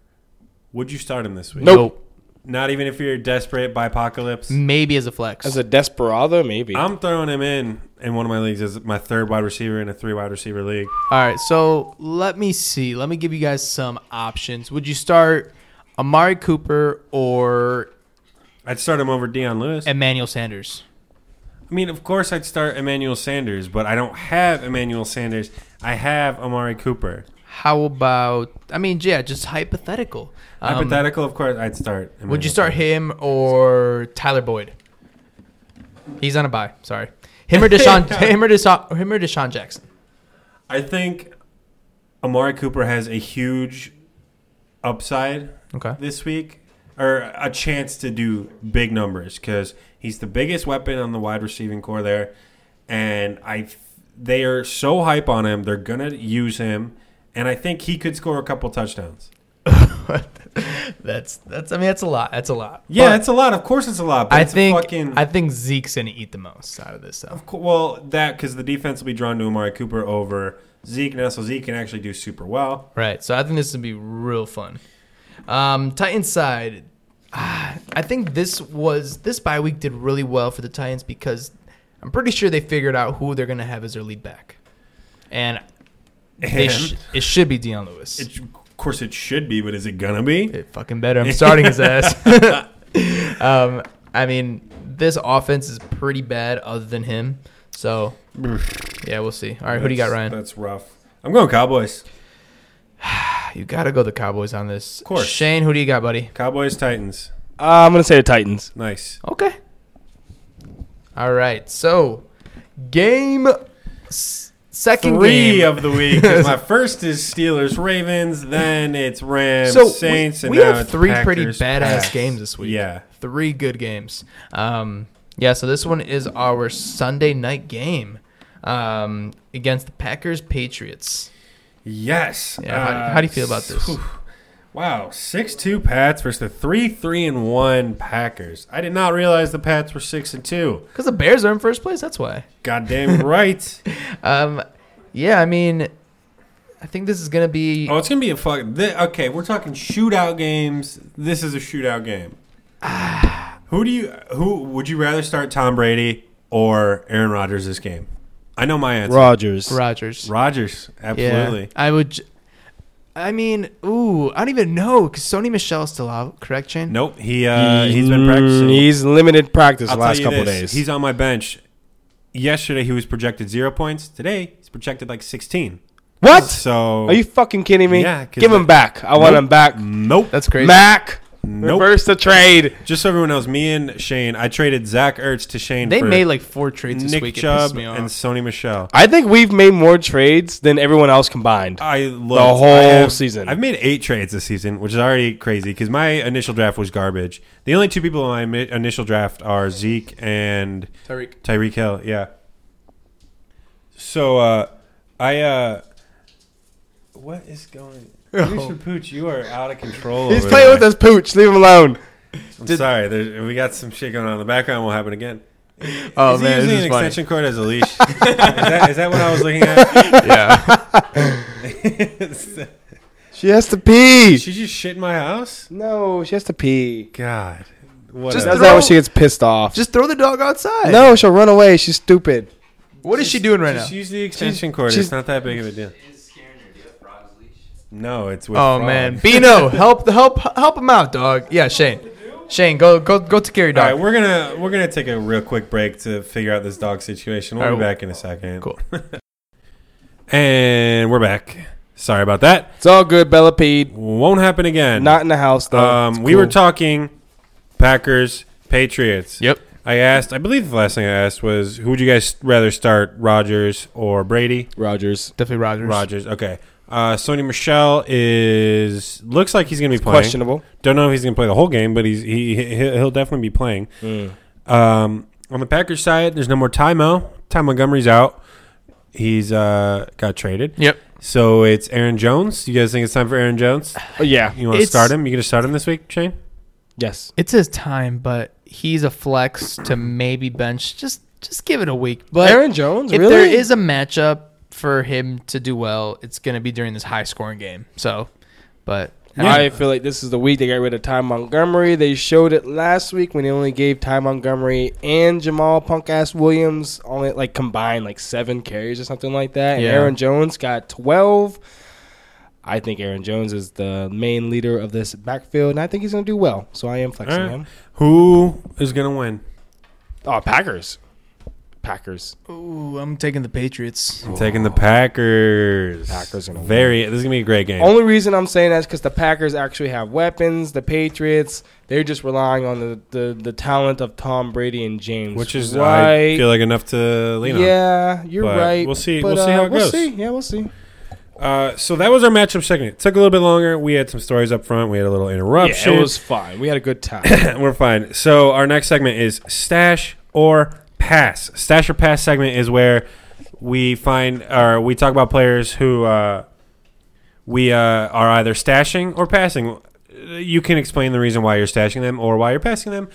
A: would you start him this week? Not even if you're desperate by apocalypse.
C: Maybe as a flex.
B: As a desperado, maybe.
A: I'm throwing him in in one of my leagues as my third wide receiver in a three wide receiver league.
C: All right, so let me see. Let me give you guys some options. Would you start Amari Cooper or
A: I'd start him over Deion Lewis.
C: Emmanuel Sanders?
A: I mean, of course, I'd start Emmanuel Sanders, but I don't have Emmanuel Sanders. I have Amari Cooper.
C: How about? I mean, yeah, just hypothetical. Um,
A: Hypothetical, of course, I'd start. Emmanuel
C: Would you start
A: Sanders.
C: him or Tyler Boyd? He's on a bye. Sorry, him or Deshaun, him or Deshaun, him or Deshaun Jackson.
A: I think Amari Cooper has a huge upside
C: Okay.
A: this week, or a chance to do big numbers because he's the biggest weapon on the wide receiving core there, and I they are so hype on him. They're gonna use him, and I think he could score a couple touchdowns.
C: that's that's. I mean, that's a lot. That's a lot.
A: Yeah,
C: But
A: it's a lot. Of course, it's a lot. But
C: I
A: it's a
C: think
A: fucking,
C: I think Zeke's gonna eat the most out of this stuff.
A: Cool. Well, that because the defense will be drawn to Amari Cooper over Zeke now, so Zeke can actually do super well.
C: Right. So I think this would be real fun. Um, Titans side, ah, I think this was this bye week did really well for the Titans because I'm pretty sure they figured out who they're gonna have as their lead back, and, they
A: And
C: sh- it should be Deion Lewis. It,
A: it, of course, it should be, but is it gonna be?
C: fucking better. I'm starting his ass. um, I mean, this offense is pretty bad other than him. So yeah, we'll see. All right, who do you got,
A: That's-
C: Ryan?
A: That's rough. I'm going Cowboys.
C: You gotta go the Cowboys on this. Of
A: course.
C: Shane, who do you got, buddy?
A: Cowboys Titans.
B: Uh, I'm gonna say the Titans.
A: Nice.
C: Okay. All right. So, game s- second
A: Three
C: game.
A: of the week. 'cause my first is Steelers Ravens, then it's Rams
C: so
A: Saints,
C: we,
A: and
C: we
A: now
C: have
A: it's
C: three pretty
A: Packers,
C: badass
A: Pats.
C: games this week.
A: Yeah.
C: Three good games. Um, yeah. So this one is our Sunday night game um, against the Packers Patriots.
A: Yes. Uh,
C: Yeah, how- how do you feel about this?
A: whew. Wow, six two Pats versus the three three and one Packers. I did not realize the Pats were six and two.
C: Because the Bears are in first place. That's why.
A: Goddamn right.
C: Um, yeah. I mean, I think this is gonna be.
A: Oh, it's gonna be a fuck. Th- okay, we're talking shootout games. This is a shootout game.
C: Ah.
A: who do you? Who would you rather start? Tom Brady or Aaron Rodgers this game? I know my answer.
B: Rogers.
C: Rodgers.
A: Rodgers, absolutely.
C: Yeah, I would. j- I mean, ooh, I don't even know because Sony Michelle's still out. Correct, Shane?
A: Nope, he uh, he's been practicing.
B: Mm, He's limited practice
A: I'll
B: the last
A: tell you
B: couple
A: this,
B: days.
A: He's on my bench. Yesterday he was projected zero points. Today he's projected like sixteen.
B: what?
A: So
B: Are you fucking kidding me?
A: Yeah, 'cause
B: Give him
A: that-
B: back. I want
A: Nope.
B: him back.
A: Nope.
C: That's crazy.
B: Mac,
A: Nope.
B: reverse the trade.
A: Just so everyone knows, me and Shane, I traded Zach Ertz to Shane.
C: they
A: for
C: made like four trades this
A: Nick
C: week. it
A: Chubb
C: pissed me off.
A: and Sony Michelle.
B: I think we've made more trades than everyone else combined.
A: I love
B: whole season.
A: I've made eight trades this season, which is already crazy because my initial draft was garbage. The only two people in my mi- initial draft are Zeke and
C: Tariq.
A: Tyreek Hill. Yeah. So uh, I uh, what is going?
C: Oh.
A: Producer Pooch, you are out of control.
B: He's
A: over
B: playing
A: there.
B: with his pooch. Leave him alone.
A: I'm sorry, there, we got some shit going on in the background. Will happen again.
C: Oh
A: is
C: man,
A: he
C: this
A: using
C: is
A: an
C: funny.
A: extension cord as a leash? is, that, is that what I was looking at?
C: yeah.
B: She has to pee.
A: She just shit in my house.
B: no, she has to pee.
A: God, what?
C: Just
A: a-
B: That's
C: throw-
B: not when she gets pissed off.
C: Just throw the dog outside.
B: no, she'll run away. She's stupid.
C: What is she doing right now?
A: Just use the extension cord.
B: she's-
A: It's not that big of a deal.
D: Is scaring her. Do you have frogs leash?
A: No, it's with.
C: Oh
A: frogs.
C: man, Bino, help, help, help him out, dog. Yeah, Shane. Shane, go, go, go take care of your
A: All
C: dog.
A: right, we're gonna we're gonna take a real quick break to figure out this dog situation. We'll
C: All
A: be
C: right.
A: back in a second.
C: Cool.
A: and we're back. Sorry about that.
B: It's all good, Bella peed.
A: Won't happen again.
B: Not in the house though.
A: Um,
B: It's
A: we were
B: cool.
A: talking Packers, Patriots.
C: Yep.
A: I asked. I believe the last thing I asked was, who would you guys rather start, Rogers or Brady?
B: Rogers.
C: Definitely Rogers.
A: Rogers. Okay. Uh, Sony Michelle is looks like he's gonna be playing.
B: Questionable.
A: Don't know if he's gonna play the whole game, but he's he he- he'll definitely be playing.
B: Hmm.
A: Um, on the Packers side, there's no more Timo. Ty Montgomery's out. He's uh, got traded.
C: Yep.
A: So it's Aaron Jones. You guys think it's time for Aaron Jones?
B: Oh, yeah.
A: You want to
C: It's-
A: start him? You gonna start him this week, Shane?
B: Yes.
C: It's his time, but he's a flex to maybe bench. Just, just give it a week. But
B: Aaron Jones.
C: if
B: really?
C: there is a matchup for him to do well, it's going to be during this high scoring game. So, but
B: I feel like this is the week they got rid of Ty Montgomery. They showed it last week when they only gave Ty Montgomery and Jamal Punk ass Williams only like combined like seven carries or something like that. And
C: Yeah.
B: Aaron Jones got twelve. I think Aaron Jones is the main leader of this backfield, and I think he's gonna do well. So I am flexing
A: All right.
B: him.
A: Who is gonna win?
B: Oh, Packers. Packers.
C: ooh, I'm taking the Patriots.
A: I'm taking the Packers.
B: Packers gonna win.
A: Very. This is gonna be a great game.
B: Only reason I'm saying that is because the Packers actually have weapons. The Patriots, they're just relying on the, the, the talent of Tom Brady and James,
A: which is I
B: right.
A: feel like enough to lean on.
B: yeah, you're
A: But
B: right.
A: we'll see-
B: But,
A: we'll see
B: uh,
A: how it
B: we'll
A: goes.
B: See. Yeah, we'll see.
A: Uh, so that was our matchup segment. It took a little bit longer. We had some stories up front. We had a little interruption.
B: Yeah, it was fine. We had a good time.
A: We're fine. So our next segment is stash or pass. Stash or pass segment is where we find or we talk about players who uh, we uh, are either stashing or passing. You can explain the reason why you're stashing them or why you're passing them.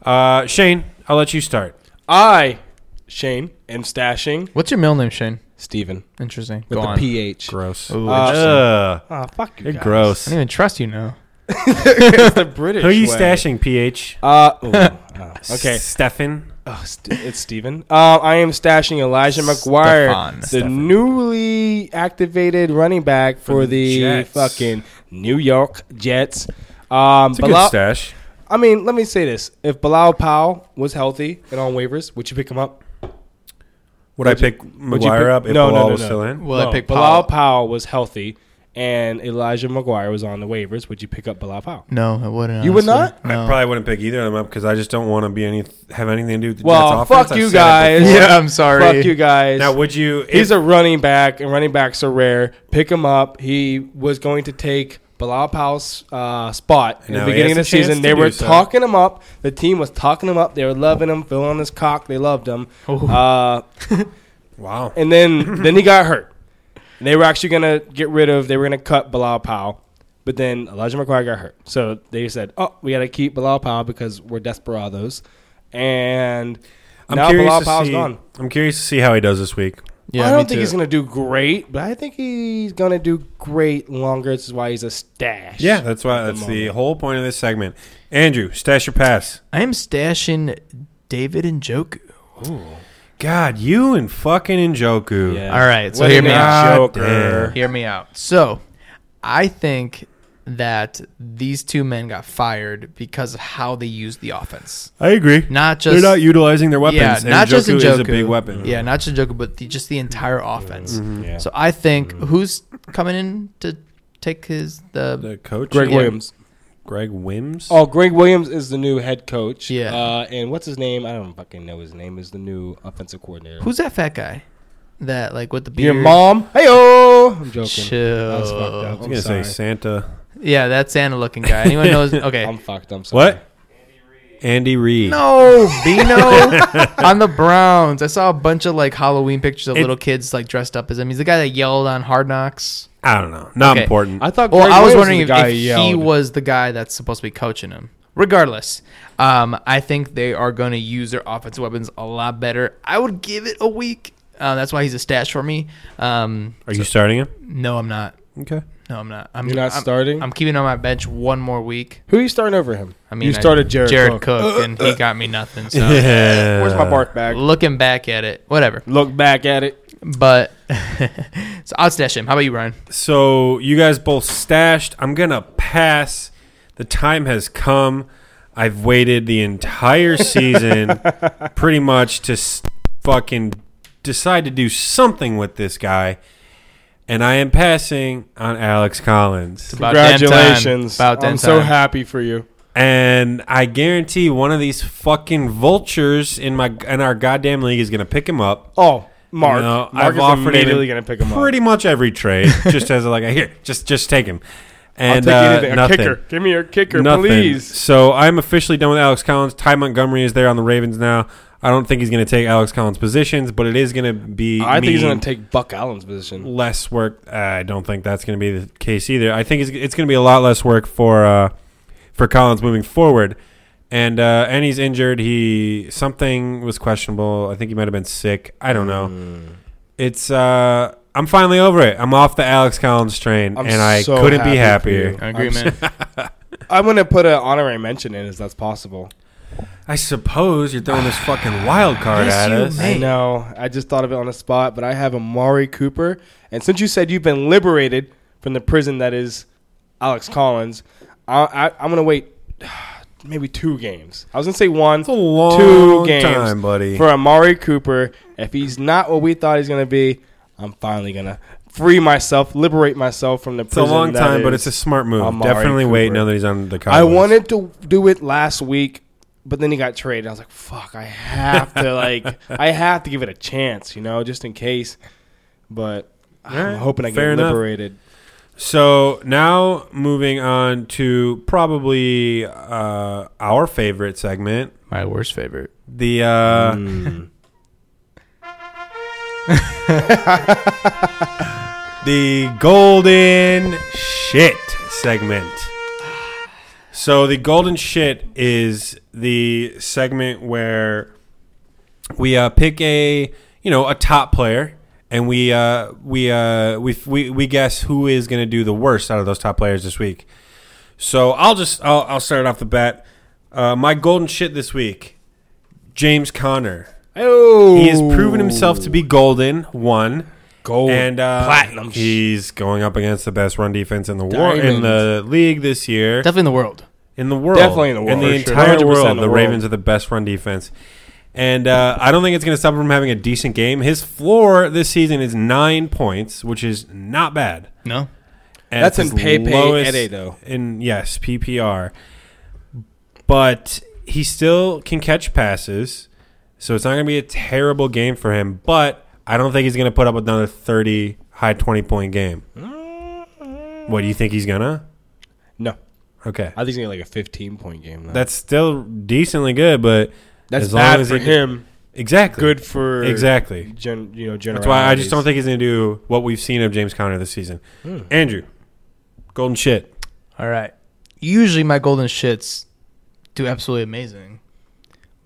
A: Uh, Shane, I'll let you start.
B: I, Shane, am stashing
C: What's your middle name, Shane?
B: Steven
C: Interesting.
B: with
C: Go
B: the
C: on.
B: PH.
A: Gross.
C: Ooh,
B: Uh,
C: interesting.
A: Ugh,
B: Oh, fuck you.
A: you're
B: guys.
C: I
A: gross.
C: don't even trust you now.
B: it's the British.
A: Who are you
B: way.
A: stashing, PH?
B: Uh, ooh, uh, okay.
A: Stefan.
B: Oh, st- it's Steven. Uh, I am stashing Elijah McGuire,
C: Stefan.
B: the
A: Stefan.
B: newly activated running back for,
A: For the
B: the
A: Jets.
B: fucking New York Jets. Um,
A: It's a good
B: Bilal-
A: stash.
B: I mean, let me say this: if Bilal Powell was healthy and on waivers, would you pick him up?
A: Would, I
B: Would you-
A: pick
B: would you
A: McGuire
B: pick-
A: up if
B: No, no,
A: Bilal
B: no,
A: was
B: no.
A: still in?
C: Well, I pick
B: Bilal
C: Paul.
B: Powell was healthy and Elijah McGuire was on the waivers. Would you pick up Bilal Powell?
C: No, I wouldn't.
B: You would
C: honestly.
B: not?
A: I
C: No.
A: probably wouldn't pick either of them up because I just don't want to be any have anything to do with the
B: Well,
A: Jets offense.
B: fuck
A: I've
B: you
A: said it
B: guys.
A: before.
C: yeah, I'm sorry.
B: Fuck you guys.
A: Now, would you? If,
B: He's a running back, and running backs are rare. Pick him up. He was going to take Bilal Powell's uh, spot in
A: Now
B: the
A: he
B: beginning of the
A: has a chance
B: season.
A: to
B: They
A: do
B: were
A: so.
B: talking him up. The team was talking him up. They were loving him, filling his cock. They loved him.
A: Oh.
C: Ooh.
B: Uh,
A: wow.
B: and then then he got hurt. And they were actually gonna get rid of. They were gonna cut Bilal Powell, but then Elijah McGuire got hurt. So they said, "Oh, we gotta keep Bilal Powell because we're desperados." And
A: I'm
B: now
A: curious
B: Bilal
A: to
B: Powell's
A: see.
B: gone.
A: I'm curious to see how he does this week.
C: Yeah,
B: I don't
C: me
B: think
C: too.
B: he's going to do great, but I think he's going to do great longer. This is why he's a stash.
A: Yeah, that's why.
B: At the
A: That's the whole point of this segment. Andrew, stash your pass.
C: I am stashing David and Joku.
A: God, you and fucking Njoku.
B: Yeah.
C: All right, so
B: What
C: hear
B: an
C: me
A: out.
B: joker.
C: Hear me out. So, I think that these two men got fired because of how they used the offense.
A: I agree.
C: Not
A: They're
C: just
A: not utilizing their weapons.
C: yeah,
A: and
C: not just
A: Njoku
C: Njoku.
A: is a big weapon. Mm-hmm.
C: Yeah, not just Njoku, but the, just the entire offense.
B: Mm-hmm. Yeah.
C: So I think who's coming in to take his the
A: The coach,
B: Greg
C: Yeah.
B: Williams.
A: Greg Wims.
B: Oh, Greg Williams is the new head coach.
C: Yeah.
B: Uh, and what's his name? I don't fucking know his name. Is the new offensive coordinator.
C: who's that fat guy that like with the
B: Your
C: beard?
B: mom? Hey, oh. I'm joking.
C: Chill.
B: That was fucked up.
A: I'm
B: I'm
A: gonna
B: sorry.
A: say Santa.
C: Yeah, that Santa looking guy. Anyone knows? Okay.
B: I'm fucked. I'm sorry.
A: What? Andy Reid.
C: No, Bino on the Browns. I saw a bunch of like Halloween pictures of
A: It-
C: little kids like dressed up as him. He's the guy that yelled on Hard Knocks.
A: I don't know. Not
C: Okay.
A: important.
B: I thought.
C: Well,
B: Greg
C: I was
B: Williams
C: wondering
B: was
C: if,
B: the guy
C: if he
B: yelled.
C: was the guy that's supposed to be coaching him. Regardless, um, I think they are going to use their offensive weapons a lot better. I would give it a week. Uh, that's why he's a stash for me. Um,
A: Are you starting him?
C: no, I'm not.
A: Okay.
C: No, I'm not. I'm
B: You're not
C: I'm-
B: starting?
C: I'm keeping on my bench one more week.
B: Who you starting over him?
C: I mean,
B: you
C: I-
B: started Jared.
C: Jared
B: Cook.
C: Cook, and he got me nothing. So
A: Yeah.
B: Where's my bark bag?
C: looking back at it, whatever.
B: Look back at it.
C: But so I'll stash him. How about you, Ryan?
A: So you guys both stashed. I'm gonna pass. The time has come. I've waited the entire season, pretty much, to s- fucking decide to do something with this guy, and I am passing on Alex Collins.
C: About damn time.
B: Congratulations.
C: About damn
B: I'm so
C: time.
B: happy for you.
A: And I guarantee one of these fucking vultures in my in our goddamn league is gonna pick him up.
B: Oh, Mark.
A: No,
B: Mark is
A: offered him
B: immediately
A: in
B: going to pick him up.
A: Pretty much every trade, just as like a here, just just take him.
B: I'll
A: And
B: take
A: uh,
B: anything. A
A: nothing.
B: kicker. Give me your kicker,
A: Nothing.
B: please.
A: So I'm officially done with Alex Collins. Ty Montgomery is there on the Ravens now. I don't think he's going to take Alex Collins' positions, but it is going to be.
B: I think he's
A: mean
B: going to take Buck Allen's position.
A: less work. Uh, I don't think that's going to be the case either. I think it's, it's going to be a lot less work for uh, for Collins moving forward. And uh, and he's injured. He
B: Hmm.
A: something was questionable. I think he might have been sick. I don't know. It's uh, I'm finally over it. I'm off the Alex Collins train,
B: I'm
A: and I
B: so
A: couldn't be happier.
B: happy for you.
C: I agree,
B: I'm
C: man.
B: I'm gonna put an honorary mention in, as that's possible.
A: I suppose you're throwing this fucking wild card
C: Yes,
A: at
C: you
A: us.
C: may. Hey.
B: I know. I just thought of it on the spot, but I have Amari Cooper. And since you said you've been liberated from the prison that is Alex Collins, I, I, I'm going to wait maybe two games. I was going to say one,
A: It's a long
B: two games
A: time, buddy.
B: for Amari Cooper. If he's not what we thought he's going to be, I'm finally going to free myself, liberate myself from the
A: it's a
B: prison.
A: long
B: that
A: time, but
B: is-
A: it's a smart move.
B: Amari
A: Definitely wait
B: Cooper.
A: now that he's on the college.
B: I wanted to do it last week, but then he got traded. I was like, fuck, I have to like I have to give it a chance, you know, just in case. But I'm
A: Alright,
B: hoping I get
A: fair enough.
B: liberated.
A: So now moving on to probably uh, our favorite segment,
C: My worst favorite.
A: the uh,
B: Mm.
A: the golden shit segment. So the golden shit is the segment where we uh, pick a you know a top player and we uh, we, uh, we we we guess who is going to do the worst out of those top players this week. So I'll just I'll, I'll start off the bat. Uh, my golden shit this week, James Conner.
B: Oh,
A: He has proven himself to be golden. One
B: gold
A: and uh,
B: platinum.
A: He's going up against the best run defense in the war in
B: Diamond.
A: the league this year,
C: Definitely in the world.
A: in the world,
B: Definitely in the world,
A: the
B: for sure.
A: entire
B: 100%
A: world.
B: the
A: The,
B: world.
A: Ravens are the best run defense, and uh, I don't think it's going to stop him from having a decent game. His floor this season is nine points, which is not bad.
C: No.
A: And
B: That's
A: it's
B: in
A: his
B: pay pay
A: lowest
B: edit though.
A: in yes PPR, but he still can catch passes, so it's not going to be a terrible game for him. But I don't think he's going to put up another thirty high twenty point game. What do you think he's gonna?
B: No,
A: Okay,
B: I think he's gonna get like a 15 point game. Though.
A: that's still decently good, but
B: that's
A: as long
B: bad
A: as
B: for
A: it-
B: him.
A: exactly
B: Good for
A: Exactly.
B: Gen, you know,
A: That's why I just don't think he's going to do what we've seen of James Conner this season.
B: Hmm.
A: Andrew, golden shit.
C: All right. Usually my golden shits do absolutely amazing.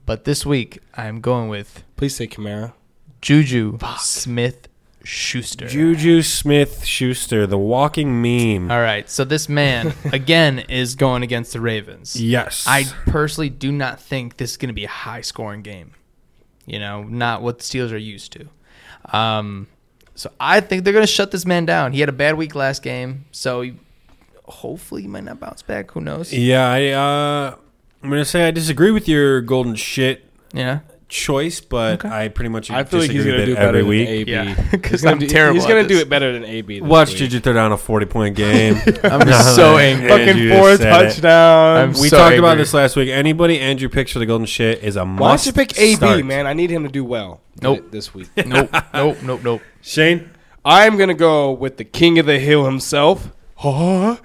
C: But this week I'm going with
B: Please say Kamara.
C: Juju Smith Schuster.
A: Juju Smith Schuster, the walking meme.
C: All right. So this man again is going against the Ravens.
A: Yes,
C: I personally do not think this is going to be a high scoring game. You know, not what the Steelers are used to. Um, so I think they're going to shut this man down. He had a bad week last game, so he, hopefully he might not bounce back. Who knows?
A: Yeah, I, uh, I'm gonna say I disagree with your golden shit
C: Yeah.
A: choice, but
C: Okay.
A: I pretty much
B: I feel like he's
A: disagree
B: gonna
A: with
B: do
A: it
B: better
A: every
B: than
A: week.
B: AB.
C: Yeah.
B: He's
C: 'Cause
B: gonna
C: I'm
B: do-
C: terrible
B: He's
C: at
B: gonna do
C: this.
B: it better than AB. this
A: Watch
B: week.
A: Juju throw down a 40 point game.
C: I'm so angry.
B: fucking four touchdowns.
C: I'm
A: we
C: so
A: talked about
C: angry.
A: this last week. Anybody Andrew picks for the golden shit is a must.
B: Why don't you pick AB,
A: start.
B: man? I need him to do well.
C: Nope.
B: th- This week,
C: Nope. nope. Nope. Nope.
A: Shane,
B: I'm gonna go with the king of the hill himself. Huh?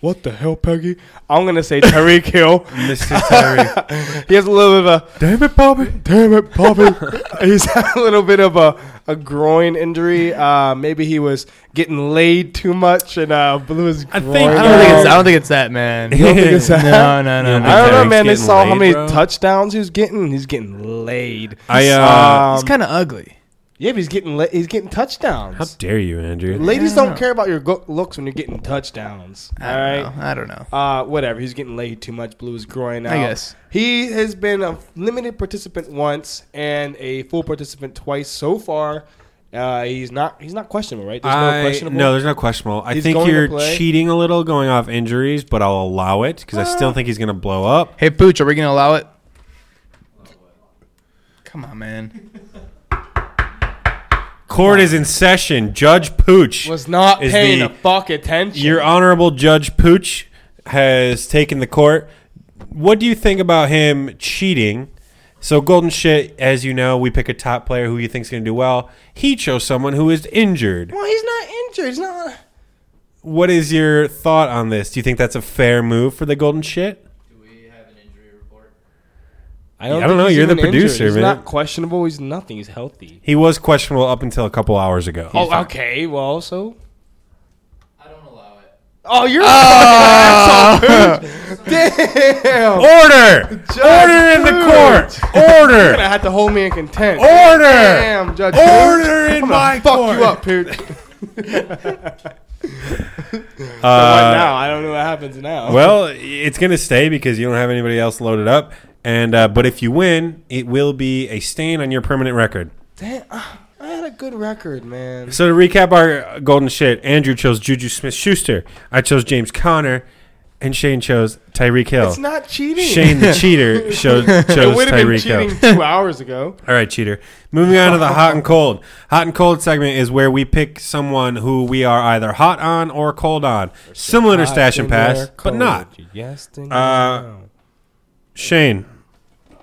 B: What the hell, Peggy? I'm gonna say Tariq Hill.
A: Mr. Terry.
B: He has a little bit of a
A: Damn it, Bobby.
B: damn it, Bobby. He's had a little bit of a, a groin injury. Uh, maybe he was getting laid too much and uh, blew his
A: I
B: groin.
A: think-
C: I don't think it's. I don't think it's that man.
A: You don't think it's
B: that?
C: No. No. No.
A: You don't think-
B: I don't
C: no.
B: know,
A: Tarek's
B: man. They
A: getting
B: saw how
A: laid,
B: many
A: bro.
B: touchdowns he was getting. He's getting laid.
A: I, uh,
B: Um,
C: He's kind of ugly.
B: yeah, but he's getting la- he's getting touchdowns.
A: How dare you, Andrew?
B: Ladies
C: I don't
B: don't
C: know.
B: care about your go- looks when you're getting touchdowns. All
C: I don't
B: right.
C: know. I don't know.
B: Uh, whatever. He's getting laid too much. Blew his groin out.
C: I guess.
B: He has been a limited participant once and a full participant twice so far. Uh, he's not. He's not questionable, right? There's
A: I-
B: no questionable.
A: no, there's no questionable. I
B: He's
A: think
B: going to
A: you're
B: play.
A: cheating a little going off injuries, but I'll allow it because I
B: Ah.
A: still think he's going to blow up.
C: Hey, Pooch, are we going to allow it? Come on, man.
A: Court is in session. Judge Pooch.
B: was not
A: Is
B: paying
A: the-
B: a fuck attention.
A: Your honorable Judge Pooch has taken the court. What do you think about him cheating? So Golden Shit, as you know, we pick a top player who you think's going to do well. He chose someone who is injured.
B: well, he's not injured. He's not.
A: What is your thought on this? Do you think that's a fair move for the Golden Shit?
D: Do we have an injury report?
A: I don't
B: think
A: know,
B: he's
A: you're the
B: even injured.
A: producer,
B: He's
A: man.
B: not questionable. He's nothing. He's healthy.
A: He was questionable up until a couple hours ago.
B: Oh, okay. Well, so.
D: I don't allow it.
B: Oh, you're.
A: Ah!
B: Damn.
A: Order! Order in the court! Order!
B: I had to hold me in contempt.
A: Order!
B: Damn, Judge.
A: Order in
B: I'm
A: my
B: fuck
A: court.
B: you up, Pooch.
A: Uh,
B: what now? I don't know what happens now.
A: Well, it's gonna stay because you don't have anybody else loaded up. And uh, but if you win, it will be a stain on your permanent record.
B: Damn, ah, I had a good record, man.
A: So to recap our uh, golden shit, Andrew chose Juju Smith Schuster. I chose James Conner, and Shane chose Tyreek Hill.
B: It's not cheating.
A: Shane the cheater showed, chose
B: it would have been
A: Tyreek Hill.
B: cheating two hours ago.
A: All right, cheater. Moving on to the hot and cold. Hot and cold segment is where we pick someone who we are either hot on or cold on, similar to stash and pass, but not.
B: Yes,
A: Uh, Shane,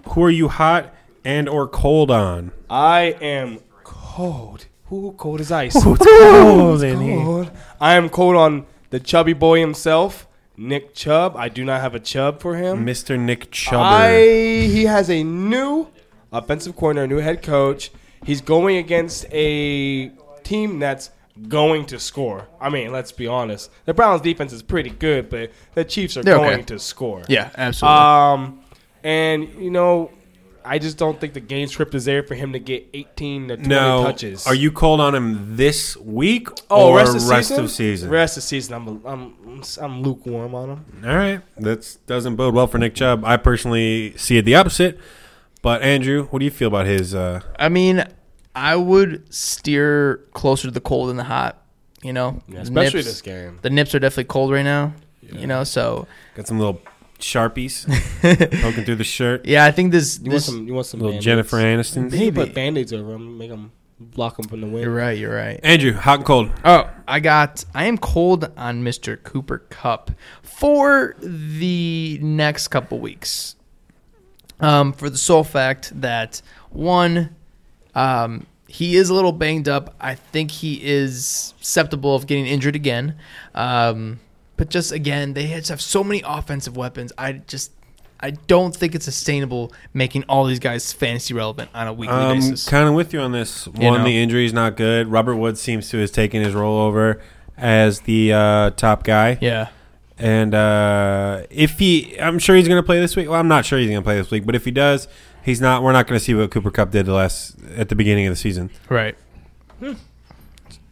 A: who are you hot and or cold on?
B: I am cold. Who cold as ice?
A: cold
B: cold. I am cold on the chubby boy himself, Nick Chubb. I do not have a chub for him.
A: Mr. Nick Chubb.
B: I he has a new offensive coordinator, new head coach. He's going against a team that's going to score. I mean, let's be honest. The Browns defense is pretty good, but the Chiefs are
C: They're okay.
B: going to score.
C: Yeah, absolutely.
B: Um, and you know, I just don't think the game script is there for him to get 18 to 20
A: no,
B: touches.
A: are you cold on him this week
B: Oh,
A: or
B: rest of season.
A: season?
B: Rest of season, I'm I'm I'm lukewarm on him.
A: All right, that doesn't bode well for Nick Chubb. I personally see it the opposite. But Andrew, what do you feel about his? Uh,
C: I mean, I would steer closer to the cold than the hot. You know, The
B: especially
C: nips-
B: this game.
C: The nips are definitely cold right now. You know, so
A: got some little sharpies poking through the shirt.
C: yeah, I think this.
B: You want
C: this
B: some? You want some?
A: Little
B: Band-Aids.
A: Jennifer Aniston.
B: You should
C: Maybe.
B: put band-aids over him, make him block him from the
C: you're
B: wind.
C: right. You're right.
A: Andrew, hot and cold.
C: Oh, I got. I am cold on Mr. Cooper Cup for the next couple weeks. Um, for the sole fact that one, um, he is a little banged up. I think he is susceptible of getting injured again. Um, but just again, they just have so many offensive weapons. I just. I don't think it's sustainable making all these guys fantasy relevant on a weekly
A: Um,
C: basis.
A: kind of with you on this. One,
C: know.
A: the injury is not good. Robert Woods seems to has taken his role over as the uh, top guy.
C: Yeah.
A: And uh, if he, I'm sure he's going to play this week. Well, I'm not sure he's going to play this week, but if he does, he's not. We're not going to see what Cooper Cup did the last at the beginning of the season.
C: Right. Hmm.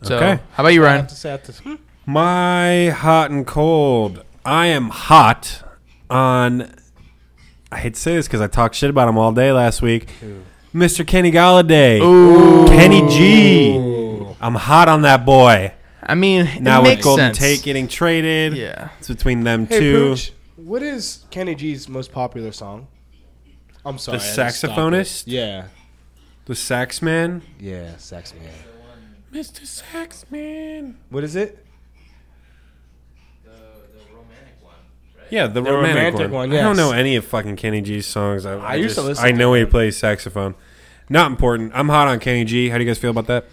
C: So,
A: Okay.
C: how about you,
B: I
C: Ryan?
B: have to say, I have to- hmm.
A: My hot and cold. I am hot on. I hate to say this because I talked shit about him all day last week. Mr. Kenny Galladay, Kenny G. I'm hot on that boy.
C: I mean,
A: Now
C: it
A: with
C: makes
A: Golden
C: sense.
A: Tate getting traded,
C: yeah,
A: it's between them
B: Hey,
A: two.
B: Pooch, what is Kenny G's most popular song? I'm sorry.
A: The
B: I had to stop it.
A: saxophonist?
B: Yeah.
A: The Sax Man,
B: Yeah, sax man.
A: Mr. Sax Man.
B: What is it?
D: The, the romantic one.
A: Yeah, the,
B: The
A: romantic,
B: romantic
A: one.
B: one,
A: I don't
B: yes.
A: know any of fucking Kenny G's songs. I, I,
B: used
A: just,
B: to listen
A: I
B: to
A: know he plays saxophone. Not important. I'm hot on Kenny G. How do you guys feel about that?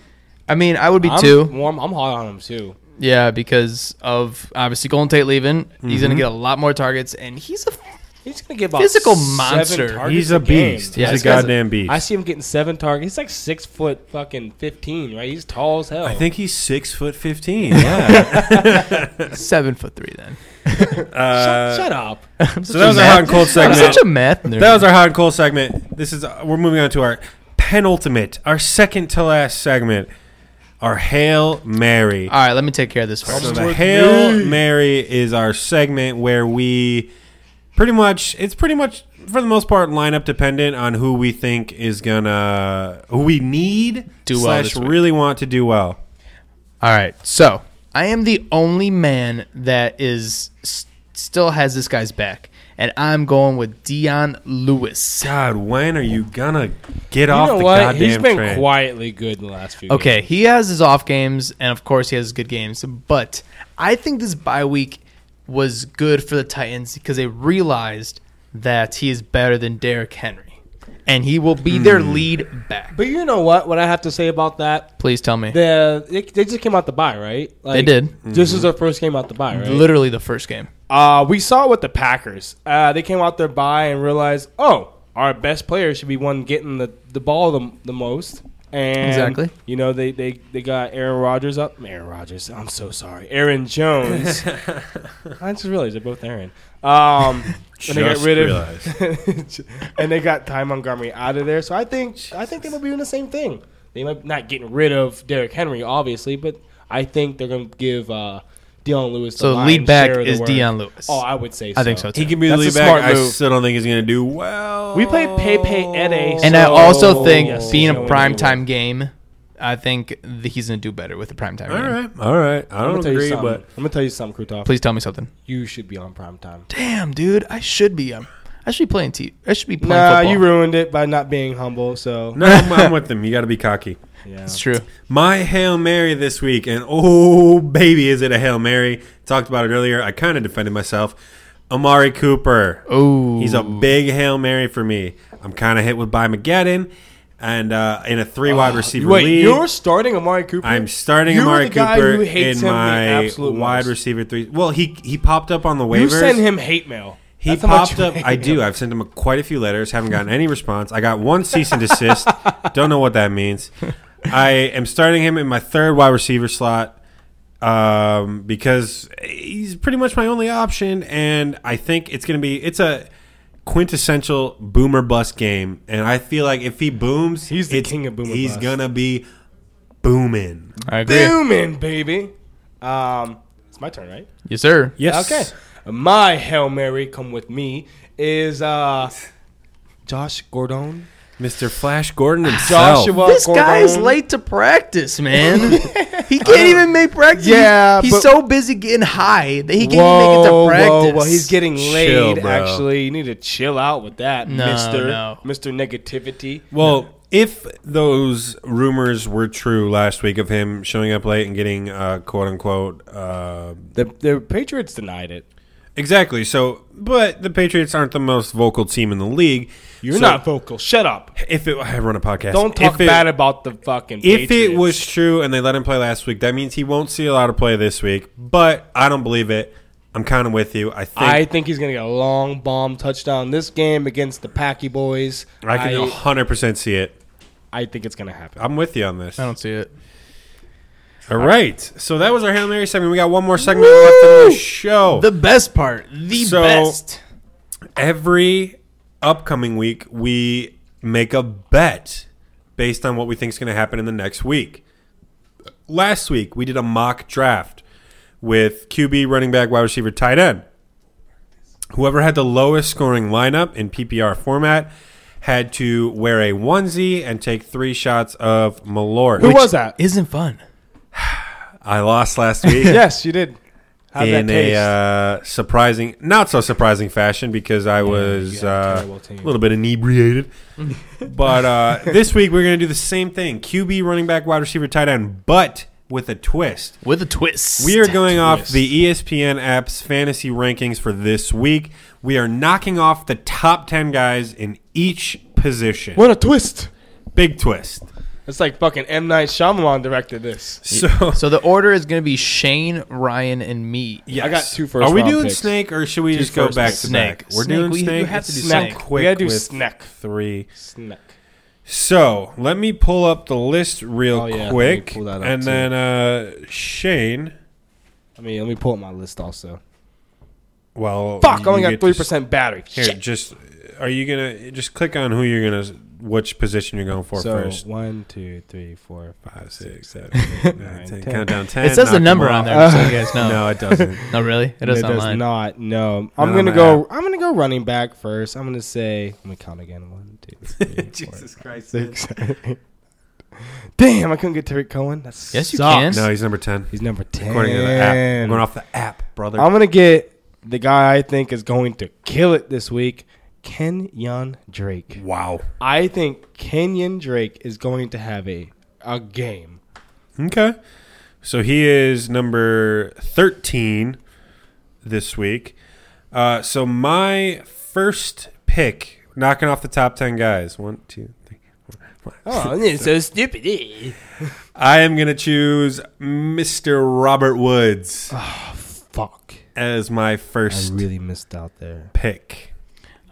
C: I mean, I would be
B: I'm
C: too.
B: Warm. I'm hot on him too.
C: Yeah, because of obviously Golden Tate leaving,
A: Mm-hmm.
C: he's gonna get a lot more targets, and he's a
B: He's gonna get about
C: Physical
B: seven
C: monster.
B: targets
A: He's a
B: game.
A: beast.
C: Yeah,
A: He's
C: this
A: a
C: guy's a-
A: goddamn beast.
B: I see him getting seven targets. He's like six foot fucking fifteen, right? He's tall as hell.
A: I think he's six foot fifteen. Yeah.
C: seven foot three. Then
A: uh,
B: shut, shut up.
C: I'm such
A: so that was
C: a
A: our
C: math-
A: hot and cold
C: I'm
A: segment.
C: such a math nerd.
A: that was our hot and cold segment. This is uh, we're moving on to our penultimate, our second to last segment, our hail mary.
C: All right, let me take care of this
A: So
C: first.
A: the Hail Mary is our segment where we pretty much it's pretty much for the most part lineup dependent on who we think is gonna who we need
C: Do well
A: slash
C: this week.
A: really want to do well.
C: All right, so I am the only man that is s- still has this guy's back, and I'm going with Dion Lewis.
A: God, when are you gonna get
B: You
A: off
B: know
A: the
B: what?
A: goddamn
B: He's been
A: train?
B: quietly good in the last few.
C: Okay, he has his off games, and of course he has good games. But I think this bye week was good for the Titans because they realized that he is better than Derrick Henry, and he will be their
B: Hmm.
C: lead back.
B: But you know what? What I have to say about that?
C: Please tell me,
B: The they, they just came out the buy, right? Like,
C: did. Mm-hmm.
B: This is their first game out the buy, right?
C: literally the first game.
B: Uh, we saw it with the Packers. Uh, they came out their bye and realized, oh, our best player should be one getting the, the ball the, the most. And
C: Exactly.
B: You know they, they, they got Aaron Rodgers up. Aaron Rodgers. I'm so sorry. Aaron Jones. I just realized they're both Aaron. Um, and they got
A: Just
B: rid
A: realized.
B: of. and they got Ty Montgomiry out of there. So I think I think they might be doing the same thing. They might not getting rid of Derrick Henry, obviously, but I think they're going to give uh, Deion Lewis. The
C: So
B: lion's
C: lead back
B: share of the
C: is
B: work.
C: Deion Lewis.
B: Oh, I would say. So.
C: I think so too.
A: He can be the
B: That's
A: lead
B: a
A: back.
B: smart
A: I
B: move.
A: still don't think he's going to do well.
B: We play Pepe and a-
C: and I
B: So-
C: also think
B: Yes,
C: being a
B: so
C: prime
B: anyway.
C: time game, I think th- he's gonna do better with a prime time
A: All
C: game.
A: right, all right. I
B: I'm
A: don't
B: gonna tell you
A: agree,
B: something.
A: but
B: I'm gonna tell you something, Krutoff.
C: Please tell me something.
B: You should be on prime time.
C: Damn, dude, I should be. Um, I should be playing. T- I should be playing
B: Nah,
C: football.
B: you ruined it by not being humble. So
A: no, I'm, I'm with them. You got to be cocky.
B: yeah,
C: it's true.
A: My Hail Mary this week, and oh, baby, is it a Hail Mary? Talked about it earlier. I kind of defended myself. Amari Cooper.
C: Oh,
A: He's a big Hail Mary for me. I'm kind of hit with Bimageddon and uh, in a three wide receiver
B: Ah, Wait,
A: league.
B: you're starting Amari Cooper.
A: I'm starting
B: You're
A: Amari
B: the guy
A: Cooper
B: who hates
A: in
B: him the
A: my
B: absolute
A: wide
B: most.
A: receiver three. Well, he he popped up on the waivers.
B: You send him hate mail.
A: He
B: That's how much
A: popped
B: you
A: up.
B: hate
A: I
B: him.
A: do. I've sent him quite a few letters. Haven't gotten any response. I got one cease and desist. Don't know what that means. I am starting him in my third wide receiver slot um, because he's pretty much my only option, and I think it's going to be. It's a quintessential boomer bust game, and I feel like if he booms,
B: He's the
A: it's-
B: king of boom or
A: He's
B: bust.
A: gonna be booming.
C: I agree.
B: Booming, baby. Um, it's my turn, right?
C: Yes, sir.
A: Yes.
B: Okay. My hail mary, come with me, is uh, Josh Gordon.
A: Mr. Flash Gordon himself.
B: Joshua.
C: This
B: Gordon.
C: guy is late to practice, man. he can't even make practice.
B: Yeah,
C: he's
B: but-
C: so busy getting high that he can't even make it
B: Whoa,
C: to practice.
B: whoa, whoa! He's getting
A: Chill,
B: laid.
A: bro.
B: actually, you need to chill out with that,
C: No,
B: Mister
C: no.
B: Mister Negativity.
A: Well, if those rumors were true last week of him showing up late and getting uh, quote unquote uh,
B: The the Patriots denied it.
A: exactly, so but the Patriots aren't the most vocal team in the league.
B: You're
A: So
B: not vocal. Shut up.
A: If it, I run a podcast,
B: Don't talk
A: If it-
B: bad about the fucking.
A: If it
B: Patriots.
A: was true and they let him play last week, that means he won't see a lot of play this week. But I don't believe it. I'm kind of with you. I think
B: I
A: I,
B: think he's gonna get a long bomb touchdown this game against the Packy Boys.
A: can Uh,
B: I,
A: 100 percent see it.
B: I think it's gonna happen.
A: I'm with you on this.
C: I don't see it.
A: All right, so that was our hail mary segment. We got one more segment left in the show.
C: The best part, the
A: So-
C: best.
A: every upcoming week we make a bet based on what we think is going to happen in the next week. Last week we did a mock draft with QB, running back, wide receiver, tight end. Whoever had the lowest scoring lineup in PPR format had to wear a onesie and take three shots of Malort.
B: Who
A: Which
B: was that?
C: Isn't fun.
A: I lost last week.
B: yes, you did. How'd
A: in
B: that
A: a
B: taste?
A: uh, surprising, not so surprising fashion because I was
B: you got a
A: uh,
B: terrible team.
A: a little bit inebriated. but uh, this week we're going to do the same thing: QB, running back, wide receiver, tight end, but with a twist.
C: With a twist.
A: We are going off the E ESPN app's fantasy rankings for this week. We are knocking off the top ten guys in each position.
B: what a twist!
A: Big twist.
B: It's like fucking M Night Shyamalan directed this.
A: So.
C: So the order is going to be Shane, Ryan, and me.
A: Yes.
B: I got two first
A: Are we
B: round
A: doing
B: picks.
A: snake or should we
B: Two
A: just go
B: first
A: back
B: picks.
A: to back?
C: Snake.
A: We're
C: Snake.
A: doing
C: We- you
A: snake.
C: have to do
A: It's
C: snake.
A: so
B: We
A: Quick
B: gotta do
A: with
B: snack.
A: three.
B: Snack.
A: So let me pull up the list real
B: Oh, yeah, let me
A: quick,
B: pull that up,
A: and
B: too.
A: then uh, Shane.
B: I mean, let me pull up my list also.
A: Well,
B: Fuck! I
A: you
B: only
A: get
B: got
A: to
B: three percent battery.
A: s- Here,
B: Shit.
A: just are you gonna just click on who you're gonna, which position you're going for
B: So
A: first?
B: one, two, three, four.
A: Five, six, seven, eight, nine,
B: Nine,
A: ten.
B: ten.
A: Countdown ten.
C: It says
A: knock
C: the
A: 'em
C: number on
A: off.
C: there, so you guys know.
A: No, it doesn't.
C: No, really? It does
B: it
C: not
B: does
C: line.
B: not. No, I'm
A: No,
B: gonna
A: man.
B: go. I'm gonna go running back first. I'm gonna say. Let me count again. One, two, three, four,
A: Jesus Christ!
B: six. Damn, I couldn't get Tariq Cohen. That
C: Yes, you
B: sucks.
C: can.
A: No, he's number ten.
B: He's number ten.
A: According to the app, I'm going off the app, brother.
B: I'm gonna get the guy I think is going to kill it this week, Kenyon Drake.
A: wow.
B: I think Kenyon Drake is going to have a a game.
A: Okay. So he is number 13 this week. Uh, so my first pick, knocking off the top 10 guys. One, two, three, four, five.
B: Oh, it's so stupid.
A: I am going to choose Mr. Robert Woods
B: Oh, Fuck.
A: as my
B: Ah. I
A: first
B: really missed out there.
A: pick.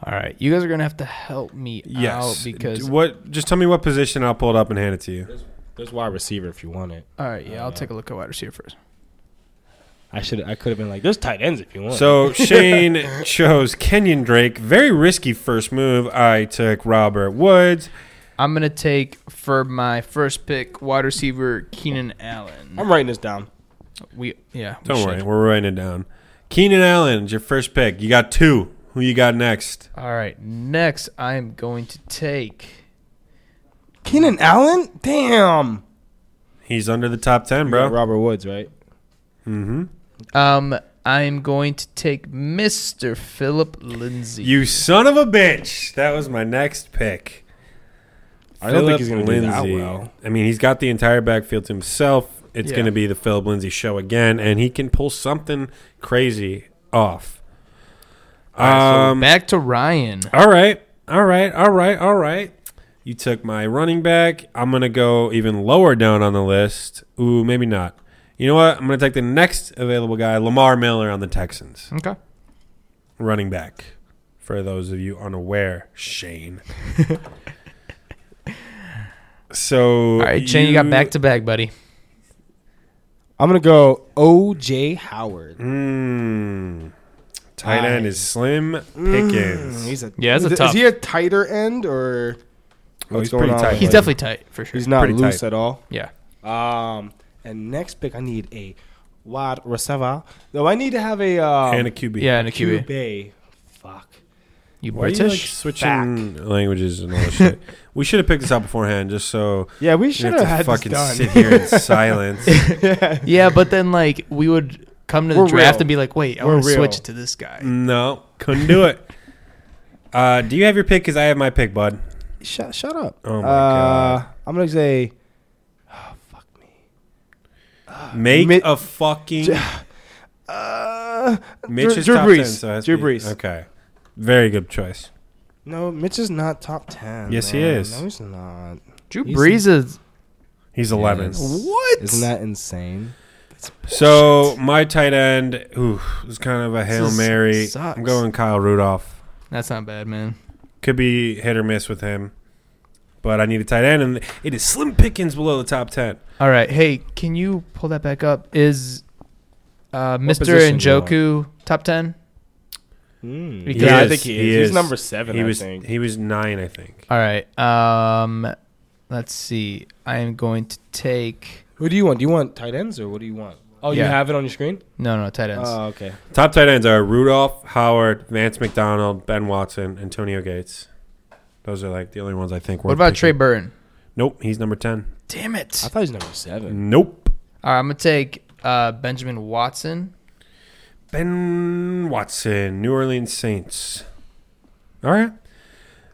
C: All right. You guys are going to have to help me
A: Yes.
C: out because.
A: D- what? Just tell me what position. I'll pull it up and hand it to you.
B: There's wide receiver if you want it.
C: All right. Yeah, I'll take a look at wide receiver first.
B: I should. I could have been like, there's tight ends if you want.
A: So Shane chose Kenyon Drake. Very risky first move. I took Robert Woods.
C: I'm gonna take for my first pick wide receiver Keenan Allen.
B: I'm writing this down.
C: We yeah. we
A: Don't
C: should.
A: worry, we're writing it down. Keenan Allen's your first pick. You got two. Who you got next?
C: All right. Next, I am going to take.
B: Keenan Allen? Damn.
A: He's under the top ten,
B: Bro.
A: bro.
B: Robert Woods, right?
A: Mm-hmm.
C: Um, I am going to take Mr. Philip Lindsay.
A: You son of a bitch! That was my next pick.
B: I don't think
A: Phillip
B: he's gonna do that
A: Lindsay.
B: well.
A: I mean, he's got the entire backfield to himself. It's
C: Yeah.
A: going to be the Philip Lindsay show again, and he can pull something crazy off. Um,
C: back to Ryan.
A: all right, all right, all right, all right. You took my running back. I'm going to go even lower down on the list. Ooh, maybe not. You know what? I'm going to take the next available guy, Lamar Miller on the Texans,
C: Okay.
A: running back. For those of you unaware, Shane. so
C: All right, Shane, you, got back to back, buddy.
B: I'm gonna go OJ Howard.
A: Mm. Tight end is Slim
B: Mm,
A: Pickens.
B: he's a
C: Yeah, that's a
B: is,
C: tough-
B: Is he a tighter end or
A: Oh, he's
B: what's going
A: pretty
B: on
A: tight.
B: with
C: He's
B: him?
C: definitely tight for sure.
B: he's not
A: pretty
B: loose
A: tight.
B: at all.
C: yeah.
B: Um, and next pick, I need a wide receiver. Though I need to have a um,
A: and a QB.
C: Yeah, and a QB.
B: QB. Fuck.
C: You
A: Why are you like
C: British?
A: switching languages and all this shit? We should have picked this out beforland just so
B: Yeah, we
A: we
B: should
A: have to
B: have had
A: fucking
B: this
A: sit
B: done.
A: here in silence.
C: yeah, but then like we would come to the
B: We're
C: draft
B: real.
C: and be like, wait, I
B: We're
C: want to
B: real. Mm.
C: switch it to this guy.
A: No, couldn't do it. Uh, do you have your pick? Because I have my pick, bud.
B: shut, shut up.
A: Oh my
B: uh,
A: God.
B: I'm gonna say. Oh, fuck me.
A: Make
B: Mi-
A: a fucking
B: Uh,
A: Mitch
B: Drew,
A: is
B: Drew
A: top
B: Brees.
A: 10, so it has to
B: Drew
A: be-
B: Brees.
A: Okay, very good choice.
B: No, Mitch is not top ten.
A: Yes, he
B: man.
A: is.
B: No, he's not.
C: Drew
B: He's-
C: Brees is
A: He's 11.
C: what?
B: Isn't that insane?
A: So my tight end, ooh, is kind of a hail
C: This
A: mary.
C: sucks.
A: I'm going Kyle Rudolph.
C: That's not bad, man.
A: Could be hit or miss with him, but I need a tight end, and it is slim pickings below the top ten.
C: All right, hey, can you pull that back up? Is uh, Mr.
B: position do you want?
C: Njoku top ten? Because-
B: yeah, Hmm. I
A: is,
B: think he is.
A: he
B: He's
A: is.
B: number seven.
A: he
B: I
A: was
B: think.
A: he was nine, I think.
C: All right. Um, let's see. I am going to take
B: Who do you want? Do you want tight ends or what do you want? Oh,
C: Yeah.
B: you have it on your screen.
C: no, no tight ends.
A: Uh,
B: Oh, okay.
A: Top tight ends are Rudolph, Howard, Vance McDonald, Ben Watson, Antonio Gates. Those are like the only ones I think.
C: what
A: worth
C: about
A: picking.
C: Trey Burton?
A: Nope, he's number ten.
C: Damn it!
B: I
C: All
B: thought he was number seven.
A: Nope.
C: right, I'm gonna take uh, Benjamin Watson.
A: Ben Watson, New Orleans Saints. All right.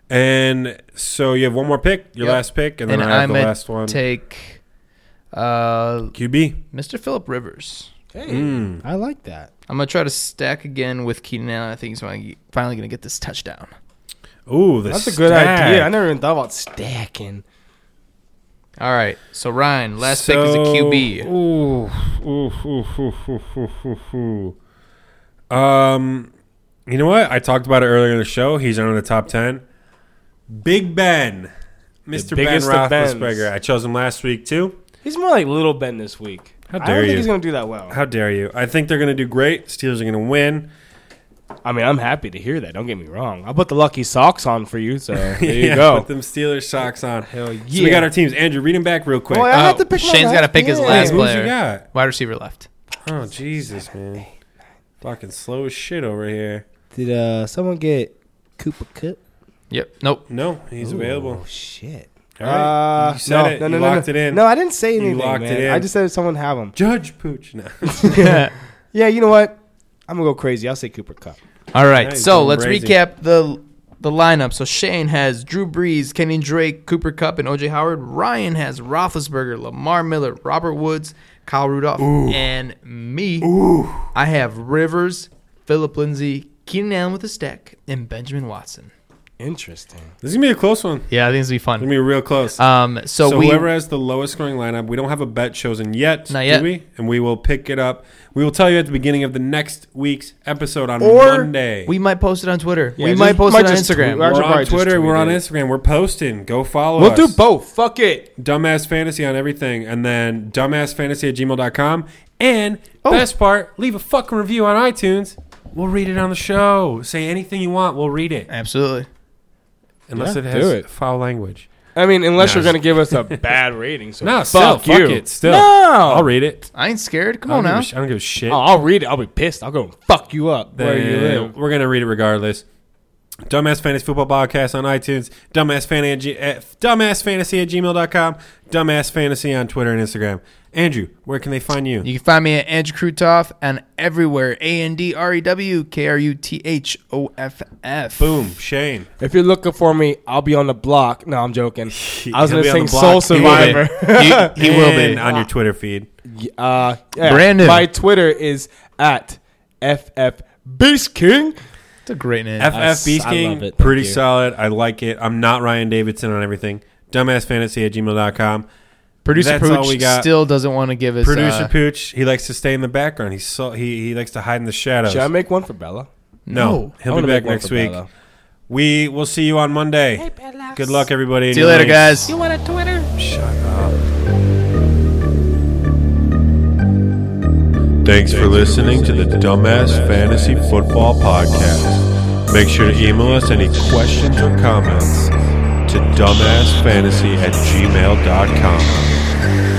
A: And so you have one more pick, your
C: Yep.
A: last pick, and then
C: And
A: I have
C: I'm
A: the
C: at
A: last one.
C: take uh,
A: QB.
C: Mr. Philip Rivers.
B: Hey,
A: Mm.
B: I like that.
C: I'm gonna try to stack again with Keenan Allen. I think he's finally finally gonna get this touchdown.
A: Ooh, the
B: That's a good idea. I
A: stack.
B: never even thought about stacking.
C: All right, so Ryan, last pick is a
A: So-
C: QB.
A: Ooh, ooh, ooh, ooh, ooh, ooh, ooh, ooh. Um, you know what? I talked about it earlier in the show. He's under the top ten. Big Ben, Mr. Ben
B: biggest of Bens.
A: Roethlisberger. I chose him last week too.
B: He's more like Little Ben this week.
A: How
B: I
A: dare
B: don't
A: you.
B: think he's gonna do that well.
A: How dare you? I think they're going to do great. Steelers are going to win.
B: I mean, I'm happy to hear that. Don't get me wrong. I put the lucky socks on for you, so there you
A: Yeah,
B: go.
A: Put them Steelers socks on. Hell yeah. So
B: yeah.
A: we got our teams. Andrew, read them back real quick.
B: Well, I have
C: Oh,
B: to pick my
C: Shane's
B: last-
C: gotta pick his
B: yeah.
C: last
A: Who's you
C: player.
A: got?
C: Wide receiver left.
A: Oh, Jesus, man. Fucking slow as shit over here.
B: Did uh, someone get Cooper Cup?
C: Yep. Nope.
A: No, he's available.
B: Oh shit!
A: All right.
B: Uh,
A: you said it.
B: no, no,
A: you
B: no, no,
A: locked
B: no.
A: it in.
B: No, I didn't say
A: You
B: anything.
A: locked
B: man.
A: it in.
B: I just said someone have him.
A: Judge Pooch. No.
B: Yeah, you know what? I'm gonna go crazy. I'll say Cooper Cup.
C: All right.
A: Nice,
C: so
A: going
C: let's
A: crazy.
C: recap the the lineup. So Shane has Drew Brees, Kenyon Drake, Cooper Cup, and OJ Howard. Ryan has Roethlisberger, Lamar Miller, Robert Woods, Kyle Rudolph, and me. I have Rivers, Philip Lindsay, Keenan Allen with a stack, and Benjamin Watson.
B: Interesting.
A: this is going to be a close one. It's
C: Yeah, I think it's gonna be
A: going
C: fun.
A: to be real close.
C: Um, so,
A: so
C: we
A: whoever has the lowest scoring lineup, we don't have a bet chosen yet,
C: Not
A: do
C: yet.
A: we? And we will pick it up. We will tell you at the beginning of the next week's episode on
C: or
A: Monday.
C: we might post it on Twitter.
B: Yeah,
C: we
B: just-
C: might post
B: might
C: it on
B: just
C: Instagram.
B: tweet- Actually,
A: We're
B: probably
A: on
B: just
A: Twitter.
B: tweet
A: We're on
B: it.
A: Instagram. We're posting. Go follow
B: We'll
A: us.
B: do both. Fuck it.
A: Dumbass Fantasy on everything. And then dumbassfantasy at gmail.com. And
C: Oh.
A: best part, leave a fucking review on iTunes. We'll read it on the show. Say anything you want. We'll read it.
C: Absolutely.
A: Unless
B: Yeah,
A: it has
B: do it.
A: foul language.
B: I mean, unless
A: No,
B: you're going to give us a bad rating. So
A: No,
B: fuck
A: still,
B: you.
A: fuck it. Still,
B: No.
A: I'll read it.
C: I ain't scared. Come
A: I don't
C: on
A: give a
C: now.
A: sh- I don't give a shit.
B: Oh, I'll read it. I'll be pissed. I'll go and fuck you up where you
A: Then
B: live.
A: We're gonna read it regardless. Dumbass Fantasy Football Podcast on iTunes, Dumbass Fantasy at, Dumbass Fantasy at gmail.com, Dumbass Fantasy on Twitter and Instagram. Andrew, where can they find you?
C: You can find me at Andrew Krutoff and everywhere. A N D R E W K R U T H O F F.
A: Boom, Shane.
B: If you're looking for me, I'll be on the block. No, I'm joking. I was
A: He'll
B: going
A: be
B: to
A: on the
B: sing
A: block.
B: Soul
A: He will be.
B: Survivor.
C: He, he will
A: And
C: be.
A: on your Twitter feed.
B: uh, yeah.
C: Brandon.
B: My Twitter is at FF Beast King.
C: It's a great name.
A: FF Beast
B: I
A: King,
B: love it. Thank
A: pretty
B: you.
A: solid. I like it. I'm not Ryan Davidson on everything. Dumbass Fantasy at gmail.com.
C: Producer
A: That's
C: Pooch
A: all we got.
C: still doesn't want to give us.
A: Producer
C: uh,
A: Pooch, he likes to stay in the background. He's so, he he likes to hide in the shadows.
B: Should I make one for Bella?
A: no,
C: No.
B: I
A: he'll be
B: wanna
A: back
B: make one
A: next
B: for
A: week.
B: Bella.
A: We will see you on Monday. Good luck, everybody.
C: See you later, guys.
E: You want a Twitter?
A: Thanks for listening to the Dumbass Fantasy Football Podcast. Make sure to email us any questions or comments to dumbassfantasy at gmail.com.